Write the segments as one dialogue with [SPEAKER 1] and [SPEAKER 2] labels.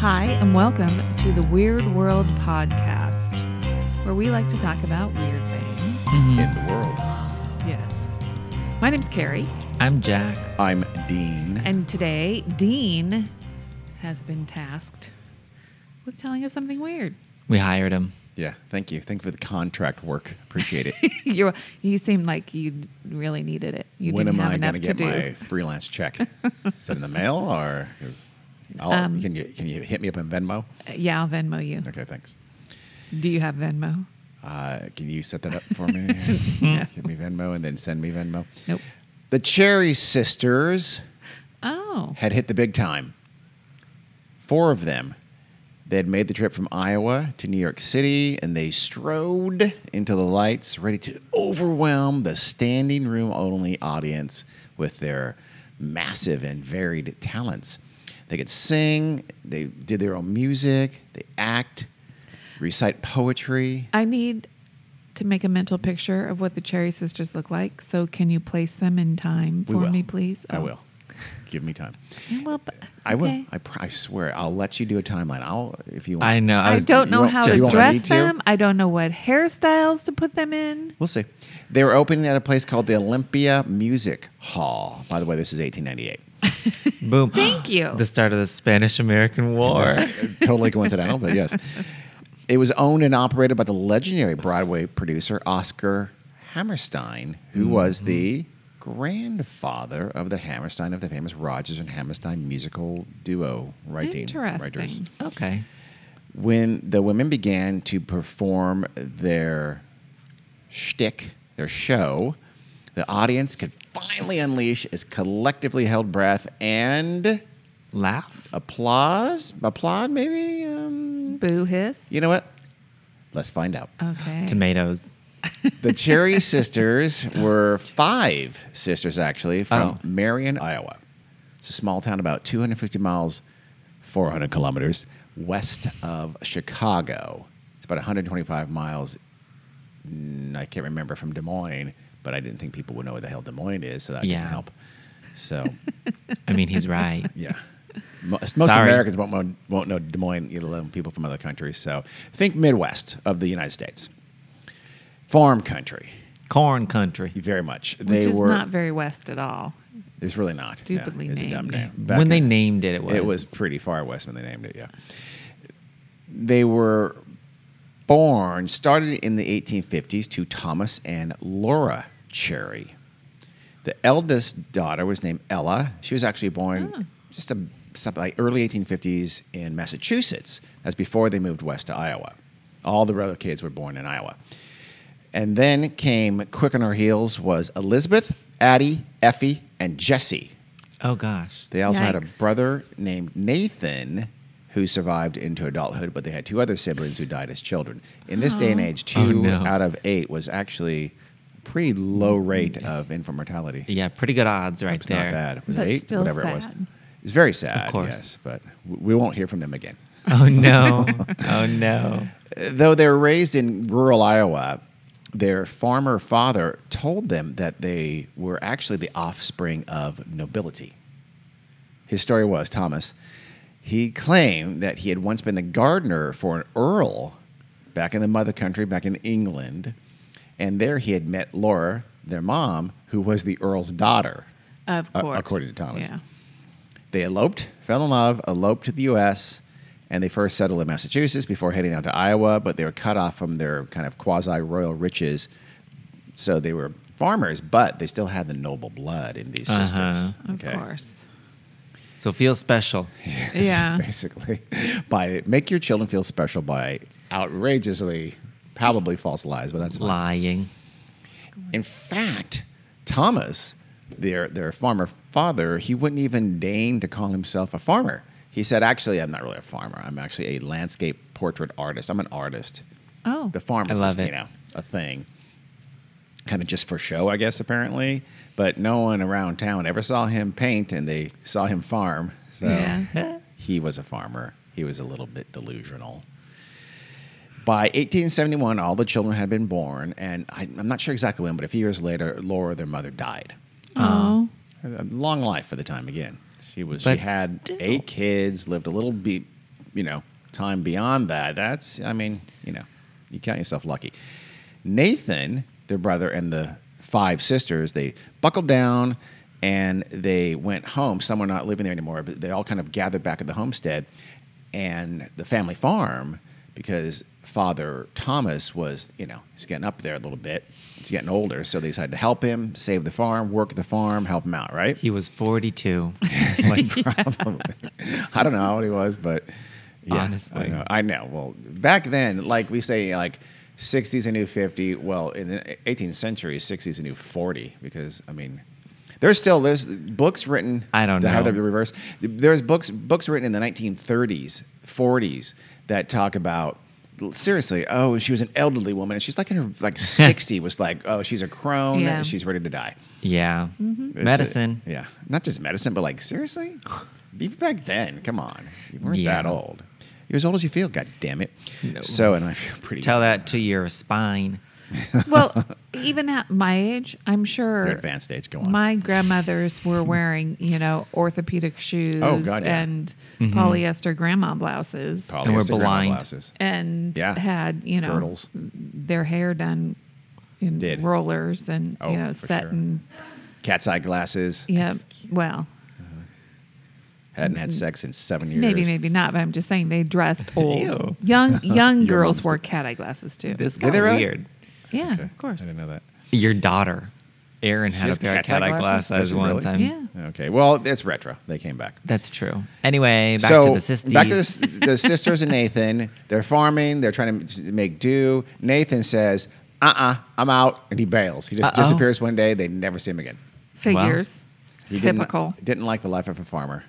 [SPEAKER 1] Hi, and welcome to the Weird World Podcast, where we like to talk about weird things.
[SPEAKER 2] in the world.
[SPEAKER 1] Yes. My name's Carrie,
[SPEAKER 3] I'm Jack.
[SPEAKER 2] I'm Dean.
[SPEAKER 1] and today Dean has been tasked with telling us something weird.
[SPEAKER 3] We hired him.
[SPEAKER 2] Yeah, thank you. Thank you for the contract work. Appreciate it.
[SPEAKER 1] you you seemed like you really needed it. You
[SPEAKER 2] when
[SPEAKER 1] didn't
[SPEAKER 2] am
[SPEAKER 1] have
[SPEAKER 2] I
[SPEAKER 1] enough
[SPEAKER 2] going
[SPEAKER 1] to
[SPEAKER 2] to get
[SPEAKER 1] do.
[SPEAKER 2] my freelance check? Is it in the mail or is, I'll, can you can you hit me up on Venmo?
[SPEAKER 1] Um, Uh, Yeah, I'll Venmo you.
[SPEAKER 2] Okay, thanks.
[SPEAKER 1] Do you have Venmo?
[SPEAKER 2] Uh, can you set that up for me? Hit me Venmo and then send me Venmo.
[SPEAKER 1] Nope.
[SPEAKER 2] The Cherry Sisters
[SPEAKER 1] Oh,
[SPEAKER 2] had hit the big time. Four of them. They had made the trip from Iowa to New York City and they strode into the lights, ready to overwhelm the standing room only audience with their massive and varied talents. They could sing, they did their own music, they act, recite poetry.
[SPEAKER 1] I need to make a mental picture of what the Cherry Sisters look like. So can you place them in time
[SPEAKER 2] We
[SPEAKER 1] for
[SPEAKER 2] will.
[SPEAKER 1] me, please?
[SPEAKER 2] I
[SPEAKER 1] Oh.
[SPEAKER 2] will. Give me time.
[SPEAKER 1] Yeah, Well, but,
[SPEAKER 2] I will.
[SPEAKER 1] okay.
[SPEAKER 2] I, pr- I swear. I'll let you do a timeline. I'll if you want.
[SPEAKER 3] I know.
[SPEAKER 1] I,
[SPEAKER 3] was-
[SPEAKER 1] don't
[SPEAKER 2] you
[SPEAKER 1] know
[SPEAKER 2] want-
[SPEAKER 1] how
[SPEAKER 2] do
[SPEAKER 1] to
[SPEAKER 2] you want me
[SPEAKER 1] dress
[SPEAKER 2] to?
[SPEAKER 1] them. I don't know what hairstyles to put them in.
[SPEAKER 2] We'll see. They were opening at a place called the Olympia Music Hall. By the way, this is 1898.
[SPEAKER 3] Boom.
[SPEAKER 1] Thank you.
[SPEAKER 3] The start of the Spanish American War.
[SPEAKER 2] totally coincidental, but yes. It was owned and operated by the legendary Broadway producer Oscar Hammerstein, who was the grandfather of the Hammerstein of the famous Rogers and Hammerstein musical duo writing writers.
[SPEAKER 1] Interesting.
[SPEAKER 3] okay.
[SPEAKER 2] when the women began to perform their shtick, their show, the audience could finally unleash its collectively held breath and
[SPEAKER 3] Laugh.
[SPEAKER 2] applause. Applaud, maybe? Um,
[SPEAKER 1] Boo hiss.
[SPEAKER 2] you know what? Let's find out.
[SPEAKER 1] Okay.
[SPEAKER 3] Tomatoes.
[SPEAKER 2] The Cherry Sisters were five sisters, actually, from
[SPEAKER 3] Oh.
[SPEAKER 2] Marion, Iowa. It's a small town about 250 miles, 400 kilometers west of Chicago. It's about 125 miles. mm, I can't remember from Des Moines, but I didn't think people would know where the hell Des Moines is, so that
[SPEAKER 3] Yeah.
[SPEAKER 2] didn't help. So,
[SPEAKER 3] I mean, he's right.
[SPEAKER 2] yeah. Mo- Most
[SPEAKER 3] Sorry.
[SPEAKER 2] Americans won't, know- won't know Des Moines, let alone people from other countries. So, think Midwest of the United States. Farm country.
[SPEAKER 3] Corn country.
[SPEAKER 2] Very much.
[SPEAKER 1] Which
[SPEAKER 2] they
[SPEAKER 1] is
[SPEAKER 2] were.
[SPEAKER 1] not very west at all.
[SPEAKER 2] it's really not.
[SPEAKER 1] stupidly
[SPEAKER 2] no, it's a dumb name.
[SPEAKER 1] named.
[SPEAKER 2] Back
[SPEAKER 3] when they
[SPEAKER 2] in-
[SPEAKER 3] named it, it was.
[SPEAKER 2] it was pretty far west when they named it. Yeah, they were born started in the 1850s to Thomas and Laura Cherry. The eldest daughter was named Ella. She was actually born just a, something like early 1850s in Massachusetts. That's before they moved west to Iowa. All the other kids were born in Iowa. And then came quick on her heels was Elizabeth, Addie, Effie, and Jessie.
[SPEAKER 3] Oh gosh.
[SPEAKER 2] They also had a
[SPEAKER 1] Yikes.
[SPEAKER 2] brother named Nathan who survived into adulthood, but they had two other siblings who died as children. In this day and age, two
[SPEAKER 3] Oh, no.
[SPEAKER 2] out of eight was actually pretty low rate of infant mortality. It
[SPEAKER 3] Yeah, pretty good odds right
[SPEAKER 2] was
[SPEAKER 3] there.
[SPEAKER 2] not bad. Was
[SPEAKER 1] But
[SPEAKER 2] it eight?
[SPEAKER 1] still
[SPEAKER 2] Whatever it was.
[SPEAKER 1] sad.
[SPEAKER 2] It's very sad,
[SPEAKER 3] course.
[SPEAKER 2] yes, but w- we won't hear from them again.
[SPEAKER 3] Oh no. oh no.
[SPEAKER 2] Though they were raised in rural Iowa, their farmer father told them that they were actually the offspring of nobility. His story was Thomas. He claimed that he had once been the gardener for an earl back in the mother country, back in England. And there he had met Laura, their mom, who was the earl's daughter.
[SPEAKER 1] Of
[SPEAKER 2] A-
[SPEAKER 1] course.
[SPEAKER 2] according to Thomas.
[SPEAKER 1] Yeah.
[SPEAKER 2] They eloped, fell in love, eloped to the U.S., and they first settled in Massachusetts before heading out to Iowa, but they were cut off from their kind of quasi royal riches. So they were farmers, but they still had the noble blood in these sisters.
[SPEAKER 3] Uh-huh.
[SPEAKER 1] Of course.
[SPEAKER 3] So feel special.
[SPEAKER 1] Yeah.
[SPEAKER 2] Basically, by make your children feel special by outrageously, palpably false lies, but that's fine.
[SPEAKER 3] Lying.
[SPEAKER 2] In fact, Thomas, their their farmer father, he wouldn't even deign to call himself a farmer. He said, "Actually, I'm not really a farmer. I'm actually a landscape portrait artist. I'm an artist.
[SPEAKER 1] Oh.
[SPEAKER 2] The farmer's
[SPEAKER 3] I love
[SPEAKER 2] just, you
[SPEAKER 3] it.
[SPEAKER 2] know, a thing, kind of just for show, I guess. Apparently, but no one around town ever saw him paint, and they saw him farm. So
[SPEAKER 1] Yeah.
[SPEAKER 2] he was a farmer. He was a little bit delusional. By 1871, all the children had been born, and I, I'm not sure exactly when, but a few years later, Laura, their mother, died.
[SPEAKER 1] oh.
[SPEAKER 2] A long life for the time again. She was. she
[SPEAKER 3] But
[SPEAKER 2] had
[SPEAKER 3] still.
[SPEAKER 2] eight kids, lived a little, be, you know, time beyond that, that's, I mean, you know, you count yourself lucky. Nathan, their brother, and the five sisters, they buckled down and they went home. Some were not living there anymore, but they all kind of gathered back at the homestead and the family farm because Father Thomas was, you know, he's getting up there a little bit. He's getting older, so they decided to help him, save the farm, work the farm, help him out, right?
[SPEAKER 3] He was 42.
[SPEAKER 2] like probably. I don't know how old he was, but yeah,
[SPEAKER 3] Honestly.
[SPEAKER 2] I know. I know. Well, back then, like we say, like '60s a new 50. Well, in the 18th century, '60s a new 40 because I mean. There's still there's books written.
[SPEAKER 3] I don't
[SPEAKER 2] that How
[SPEAKER 3] know.
[SPEAKER 2] they reverse. There's books books written in the 1930s, 40s that talk about seriously. Oh, she was an elderly woman, and she's like in her like 60 was like, oh, she's a crone.
[SPEAKER 1] Yeah.
[SPEAKER 2] She's ready to die.
[SPEAKER 3] yeah.
[SPEAKER 1] Mm-hmm.
[SPEAKER 2] It's a-
[SPEAKER 3] Medicine.
[SPEAKER 2] yeah, not just medicine, but like seriously, even back then, come on, you weren't
[SPEAKER 3] Yeah.
[SPEAKER 2] that old. You're as old as you feel. God damn it.
[SPEAKER 3] No.
[SPEAKER 2] So, and I feel pretty.
[SPEAKER 3] Tell that to your spine.
[SPEAKER 2] Uh.
[SPEAKER 1] Well, even at my age, I'm sure
[SPEAKER 2] They're advanced stage. Go on.
[SPEAKER 1] my grandmothers were wearing, you know, orthopedic shoes
[SPEAKER 2] Oh, God, yeah. Mm-hmm.
[SPEAKER 1] and polyester grandma blouses
[SPEAKER 2] Polyester
[SPEAKER 3] And we're
[SPEAKER 2] grandma
[SPEAKER 3] blind.
[SPEAKER 2] Glasses.
[SPEAKER 1] and
[SPEAKER 2] Yeah.
[SPEAKER 1] had, you know,
[SPEAKER 2] Girdles.
[SPEAKER 1] their hair done in
[SPEAKER 2] Did.
[SPEAKER 1] rollers and,
[SPEAKER 2] Oh,
[SPEAKER 1] you know,
[SPEAKER 2] for
[SPEAKER 1] set
[SPEAKER 2] sure.
[SPEAKER 1] in,
[SPEAKER 2] Cat's eye glasses.
[SPEAKER 1] yeah, well,
[SPEAKER 2] Hadn't
[SPEAKER 3] Mm-hmm.
[SPEAKER 2] had sex in seven years.
[SPEAKER 1] maybe, maybe not, but I'm just saying they dressed old.
[SPEAKER 3] Ew.
[SPEAKER 1] Young young
[SPEAKER 2] Your
[SPEAKER 1] girls
[SPEAKER 2] mom's-
[SPEAKER 1] wore cat eye glasses too.
[SPEAKER 3] This
[SPEAKER 2] Did
[SPEAKER 3] got
[SPEAKER 2] they really?
[SPEAKER 3] weird.
[SPEAKER 1] yeah,
[SPEAKER 2] Okay.
[SPEAKER 1] of course.
[SPEAKER 2] I didn't know that.
[SPEAKER 3] Your daughter, Erin, had
[SPEAKER 2] has
[SPEAKER 3] a pair of
[SPEAKER 2] cat's eye
[SPEAKER 3] cat eye
[SPEAKER 2] glasses?
[SPEAKER 3] glasses,
[SPEAKER 2] Does she
[SPEAKER 3] one
[SPEAKER 2] really?
[SPEAKER 3] time.
[SPEAKER 1] Yeah.
[SPEAKER 2] Okay. Well, it's retro. They came back.
[SPEAKER 3] That's true. Anyway, back
[SPEAKER 2] so
[SPEAKER 3] to the sisters.
[SPEAKER 2] back to the, s- the sisters and Nathan. They're farming. They're trying to m- make do. Nathan says, "Uh-uh, I'm out," and he bails. He just
[SPEAKER 3] Uh-oh.
[SPEAKER 2] disappears one day. They never see him again.
[SPEAKER 1] Figures.
[SPEAKER 2] He didn't-
[SPEAKER 1] Typical.
[SPEAKER 2] Didn't, like the life of a farmer,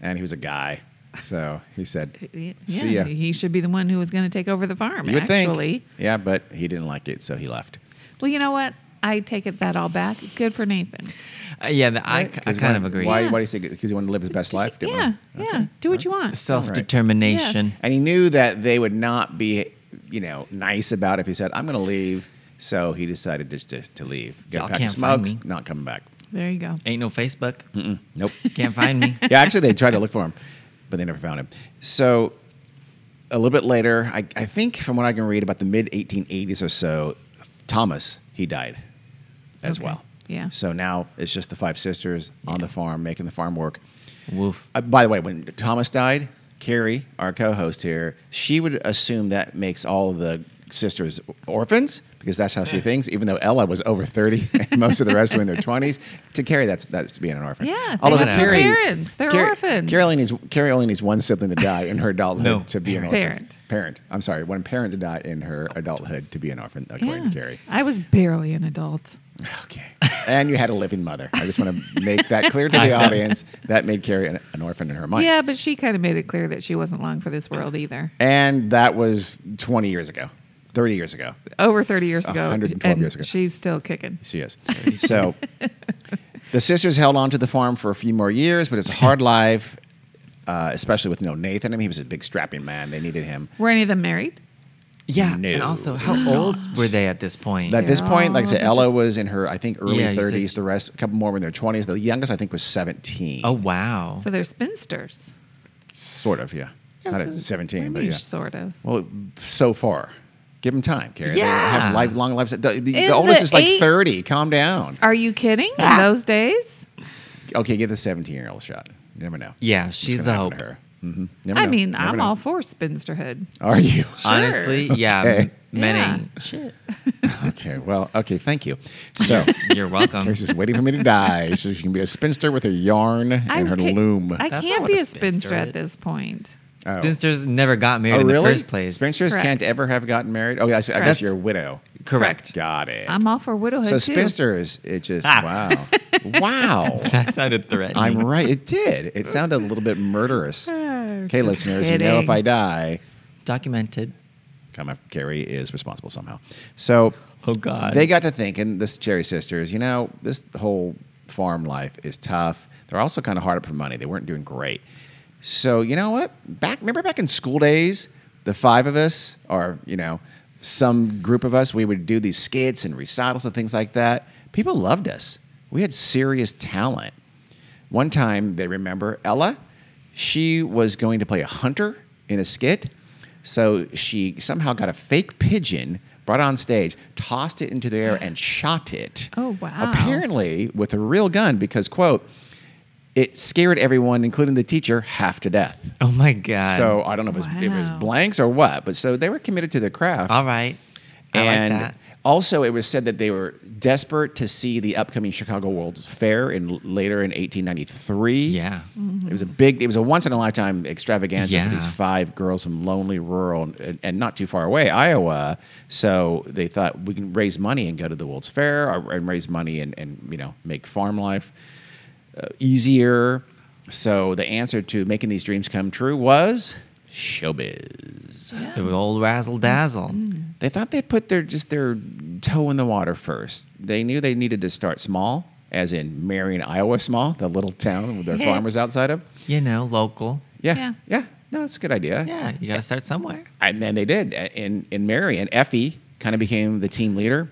[SPEAKER 2] and he was a guy, so he said,
[SPEAKER 1] Yeah,
[SPEAKER 2] See ya.
[SPEAKER 1] he should be the one who was going to take over the farm.
[SPEAKER 2] "You would
[SPEAKER 1] actually,
[SPEAKER 2] think, yeah," but he didn't like it, so he left.
[SPEAKER 1] well, you know what? I take it that all back. Good for Nathan.
[SPEAKER 3] Uh, yeah, the, I,
[SPEAKER 2] Right?
[SPEAKER 3] I
[SPEAKER 2] 'Cause
[SPEAKER 3] kind
[SPEAKER 2] why-
[SPEAKER 3] of agree.
[SPEAKER 2] Why?
[SPEAKER 1] Yeah.
[SPEAKER 2] Why do you say? Because he wanted to live his best life. didn't
[SPEAKER 1] yeah,
[SPEAKER 2] he?
[SPEAKER 1] yeah. Do what you want.
[SPEAKER 3] Self determination.
[SPEAKER 1] Yes.
[SPEAKER 2] And he knew that they would not be, you know, nice about it if he said, I'm going to leave. So he decided just to, to leave. Get
[SPEAKER 3] Y'all
[SPEAKER 2] a pack of
[SPEAKER 3] can't find
[SPEAKER 2] smokes,
[SPEAKER 3] me.
[SPEAKER 2] not coming back.
[SPEAKER 1] There you go.
[SPEAKER 3] Ain't no Facebook.
[SPEAKER 2] Nope.
[SPEAKER 3] Can't find me.
[SPEAKER 2] yeah, actually, they tried to look for him, but they never found him. So a little bit later, I, I think from what I can read, about the mid 1880s or so, Thomas, he died as
[SPEAKER 1] Okay.
[SPEAKER 2] well.
[SPEAKER 1] Yeah.
[SPEAKER 2] So now it's just the five sisters on the farm, making the farm work.
[SPEAKER 3] Woof.
[SPEAKER 2] Uh, by the way, when Thomas died, Carrie, our co-host here, she would assume that makes all the sisters orphans because that's how she thinks. Even though Ella was over thirty, and most of the rest were in their twenties. To Carrie, that's that's being an orphan.
[SPEAKER 1] Yeah,
[SPEAKER 2] although
[SPEAKER 3] thank you,
[SPEAKER 2] Carrie,
[SPEAKER 1] parents. They're
[SPEAKER 2] Carrie-
[SPEAKER 1] orphans.
[SPEAKER 2] Carrie only needs Carrie only needs one sibling to die in her adulthood
[SPEAKER 3] No,
[SPEAKER 2] to be an orphan.
[SPEAKER 1] parent.
[SPEAKER 2] Parent. I'm sorry, one parent to die in her adulthood to be an orphan, according
[SPEAKER 1] Yeah.
[SPEAKER 2] to Carrie.
[SPEAKER 1] I was barely an adult.
[SPEAKER 2] Okay. And you had a living mother. I just want to make that clear to the audience. That made Carrie an, an orphan in her mind.
[SPEAKER 1] Yeah, but she kind of made it clear that she wasn't long for this world either.
[SPEAKER 2] And that was 20 years ago, 30 years ago.
[SPEAKER 1] Over 30 years ago.
[SPEAKER 2] 112
[SPEAKER 1] and
[SPEAKER 2] years ago.
[SPEAKER 1] She's still kicking.
[SPEAKER 2] She is. So the sisters held on to the farm for a few more years, but it's a hard life, uh, especially with no Nathan. I mean, he was a big, strapping man. They needed him.
[SPEAKER 1] Were any of them married?
[SPEAKER 3] Yeah.
[SPEAKER 2] No.
[SPEAKER 3] And also, how old were they at this point?
[SPEAKER 2] At this
[SPEAKER 1] They're
[SPEAKER 2] point, like I said,
[SPEAKER 1] all
[SPEAKER 2] Ella
[SPEAKER 1] just-
[SPEAKER 2] was in her, I think, early
[SPEAKER 3] Yeah, you said
[SPEAKER 2] 30s.
[SPEAKER 3] she-
[SPEAKER 2] The rest, a couple more were in their 20s. The youngest, I think, was 17.
[SPEAKER 3] oh, wow.
[SPEAKER 1] So they're spinsters.
[SPEAKER 2] sort of, yeah. Not at 17, but
[SPEAKER 1] Maybe
[SPEAKER 2] yeah.
[SPEAKER 1] Sort of.
[SPEAKER 2] Well, so far. Give them time, Carrie. They
[SPEAKER 3] Yeah.
[SPEAKER 2] have lifelong lives. The, the, the
[SPEAKER 1] In
[SPEAKER 2] oldest
[SPEAKER 1] the
[SPEAKER 2] is like
[SPEAKER 1] eight-
[SPEAKER 2] 30. Calm down.
[SPEAKER 1] Are you kidding?
[SPEAKER 3] Ah.
[SPEAKER 1] In those days?
[SPEAKER 2] Okay, give the 17 year old a shot. You never know.
[SPEAKER 3] Yeah,
[SPEAKER 2] What's
[SPEAKER 3] she's
[SPEAKER 2] gonna
[SPEAKER 3] the
[SPEAKER 2] happen
[SPEAKER 3] hope.
[SPEAKER 2] to her. Mhm. Never
[SPEAKER 1] I
[SPEAKER 2] know.
[SPEAKER 1] mean,
[SPEAKER 2] Never
[SPEAKER 1] I'm
[SPEAKER 2] know.
[SPEAKER 1] all for spinsterhood.
[SPEAKER 2] Are you?
[SPEAKER 3] Honestly, yeah.
[SPEAKER 2] Okay.
[SPEAKER 3] m- Many.
[SPEAKER 1] Yeah.
[SPEAKER 3] Shit.
[SPEAKER 2] okay, well, okay, thank you. So,
[SPEAKER 3] You're welcome.
[SPEAKER 2] Carrie's just waiting for me to die so she can be a spinster with her yarn and
[SPEAKER 1] I
[SPEAKER 2] her
[SPEAKER 1] ca-
[SPEAKER 2] loom.
[SPEAKER 1] I
[SPEAKER 3] That's
[SPEAKER 1] can't
[SPEAKER 3] not
[SPEAKER 1] be
[SPEAKER 3] what
[SPEAKER 1] a
[SPEAKER 3] a
[SPEAKER 1] spinster,
[SPEAKER 3] spinster
[SPEAKER 1] at
[SPEAKER 3] is.
[SPEAKER 1] this point.
[SPEAKER 2] Oh.
[SPEAKER 3] Spinsters never got married
[SPEAKER 2] oh,
[SPEAKER 3] in
[SPEAKER 2] really?
[SPEAKER 3] the first place.
[SPEAKER 2] Spinsters
[SPEAKER 1] Correct.
[SPEAKER 2] can't ever have gotten married? Oh, I, see- I guess
[SPEAKER 1] Correct.
[SPEAKER 2] you're a widow.
[SPEAKER 3] Correct.
[SPEAKER 2] Got it.
[SPEAKER 1] I'm all for widowhood.
[SPEAKER 2] so,
[SPEAKER 1] too.
[SPEAKER 2] spinsters, it just,
[SPEAKER 3] Ah.
[SPEAKER 2] wow. wow.
[SPEAKER 3] That sounded threatening.
[SPEAKER 2] I'm right. It did. It sounded a little bit murderous. Okay,
[SPEAKER 1] Ah, just
[SPEAKER 2] listeners, you know if
[SPEAKER 1] kidding.
[SPEAKER 2] I die,
[SPEAKER 3] documented.
[SPEAKER 2] come up, Carrie is responsible somehow. So,
[SPEAKER 3] Oh God.
[SPEAKER 2] they got to thinking, this Cherry Sisters, you know, this whole farm life is tough. They're also kind of hard up for money. They weren't doing great. So, you know what? Back remember back in school days, the five of us or, you know, some group of us, we would do these skits and recitals and things like that. People loved us. We had serious talent. One time, they remember Ella, she was going to play a hunter in a skit. So she somehow got a fake pigeon, brought it on stage, tossed it into the air, and shot it.
[SPEAKER 1] Oh, wow.
[SPEAKER 2] Apparently with a real gun because quote, it scared everyone, including the teacher, half to death.
[SPEAKER 3] Oh my god.
[SPEAKER 2] So I don't know if it was, if it was
[SPEAKER 1] Wow.
[SPEAKER 2] blanks or what, but so they were committed to their craft.
[SPEAKER 3] all right. I
[SPEAKER 2] and
[SPEAKER 3] like that.
[SPEAKER 2] also, it was said that they were desperate to see the upcoming Chicago World's Fair in later in 1893.
[SPEAKER 3] Yeah.
[SPEAKER 1] Mm-hmm.
[SPEAKER 2] It was a big, it was a once in a lifetime extravaganza for these
[SPEAKER 3] Yeah.
[SPEAKER 2] five girls from lonely rural and, and not too far away, Iowa. So they thought we can raise money and go to the World's Fair or, and raise money and, and, you know, make farm life uh, easier. So the answer to making these dreams come true was showbiz.
[SPEAKER 3] The old razzle dazzle.
[SPEAKER 1] Mm-hmm.
[SPEAKER 2] They thought they'd put their just their toe in the water first. They knew they needed to start small, as in Marion, Iowa, small, the little town with their farmers outside of.
[SPEAKER 3] You know, local.
[SPEAKER 2] Yeah,
[SPEAKER 1] Yeah.
[SPEAKER 2] yeah, No, it's a good idea.
[SPEAKER 3] Yeah, you got to start somewhere.
[SPEAKER 2] and then they did. In in Marion, Effie kind of became the team leader.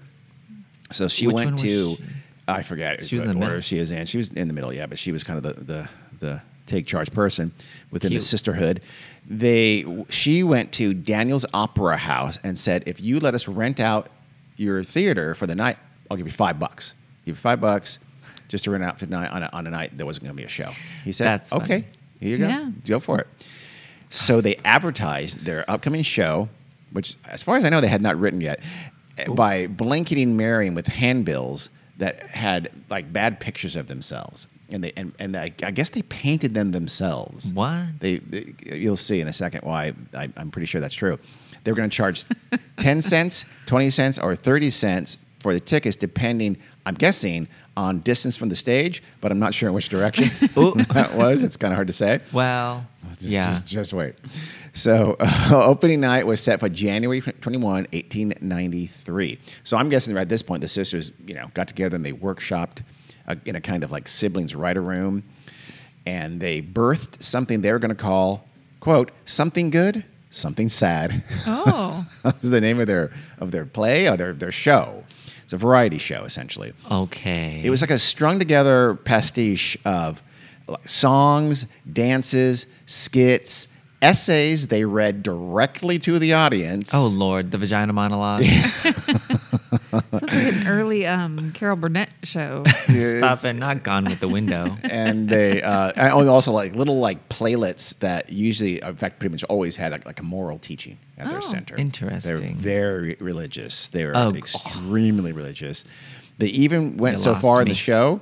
[SPEAKER 2] So she
[SPEAKER 3] Which one
[SPEAKER 2] went
[SPEAKER 3] was
[SPEAKER 2] to,
[SPEAKER 3] she?
[SPEAKER 2] I forget
[SPEAKER 3] She was in
[SPEAKER 2] what
[SPEAKER 3] the
[SPEAKER 2] order
[SPEAKER 3] middle.
[SPEAKER 2] she is in. She was in the middle, yeah, but she was kind of the the, the take charge person within
[SPEAKER 3] Cute.
[SPEAKER 2] the sisterhood. They she went to Daniel's Opera House and said, if you let us rent out your theater for the night, I'll give you five bucks. Give you five bucks just to rent out for the night on a, on a night there wasn't going to be a show. He said,
[SPEAKER 3] That's funny.
[SPEAKER 2] okay, here you go,
[SPEAKER 1] Yeah.
[SPEAKER 2] go for it. So they advertised their upcoming show, which, as far as I know, they had not written yet, by blanketing Marion with handbills that had like bad pictures of themselves, and they and, and I, I guess they painted them themselves.
[SPEAKER 3] What?
[SPEAKER 2] They, they you'll see in a second why I, I'm pretty sure that's true. They were going to charge ten cents, twenty cents, or thirty cents for the tickets, depending. I'm guessing on distance from the stage, but I'm not sure in which direction
[SPEAKER 3] Ooh.
[SPEAKER 2] that was. It's kind of hard to say.
[SPEAKER 3] Well,
[SPEAKER 2] Just,
[SPEAKER 3] yeah.
[SPEAKER 2] just, just wait. So, uh, opening night was set for January 21, 1893. So, I'm guessing at this point, the sisters, you know, got together and they workshopped uh, in a kind of like siblings writer room, and they birthed something they were going to call quote something good, something sad.
[SPEAKER 1] Oh,
[SPEAKER 2] that was the name of their of their play or their their show. It's a variety show essentially.
[SPEAKER 3] okay.
[SPEAKER 2] It was like a strung together pastiche of like, songs, dances, skits, essays they read directly to the audience.
[SPEAKER 3] Oh Lord, the vagina monologue.
[SPEAKER 1] an early um, Carol Burnett show.
[SPEAKER 3] Stop it! Not gone with the window.
[SPEAKER 2] and they uh, and also like little like playlets that usually, in fact, pretty much always had like, like a moral teaching at
[SPEAKER 1] Oh,
[SPEAKER 2] their center.
[SPEAKER 3] interesting.
[SPEAKER 2] They're very religious. They were
[SPEAKER 3] Oh, g-
[SPEAKER 2] extremely religious. They even went
[SPEAKER 3] You
[SPEAKER 2] so
[SPEAKER 3] lost
[SPEAKER 2] far in
[SPEAKER 3] me.
[SPEAKER 2] the show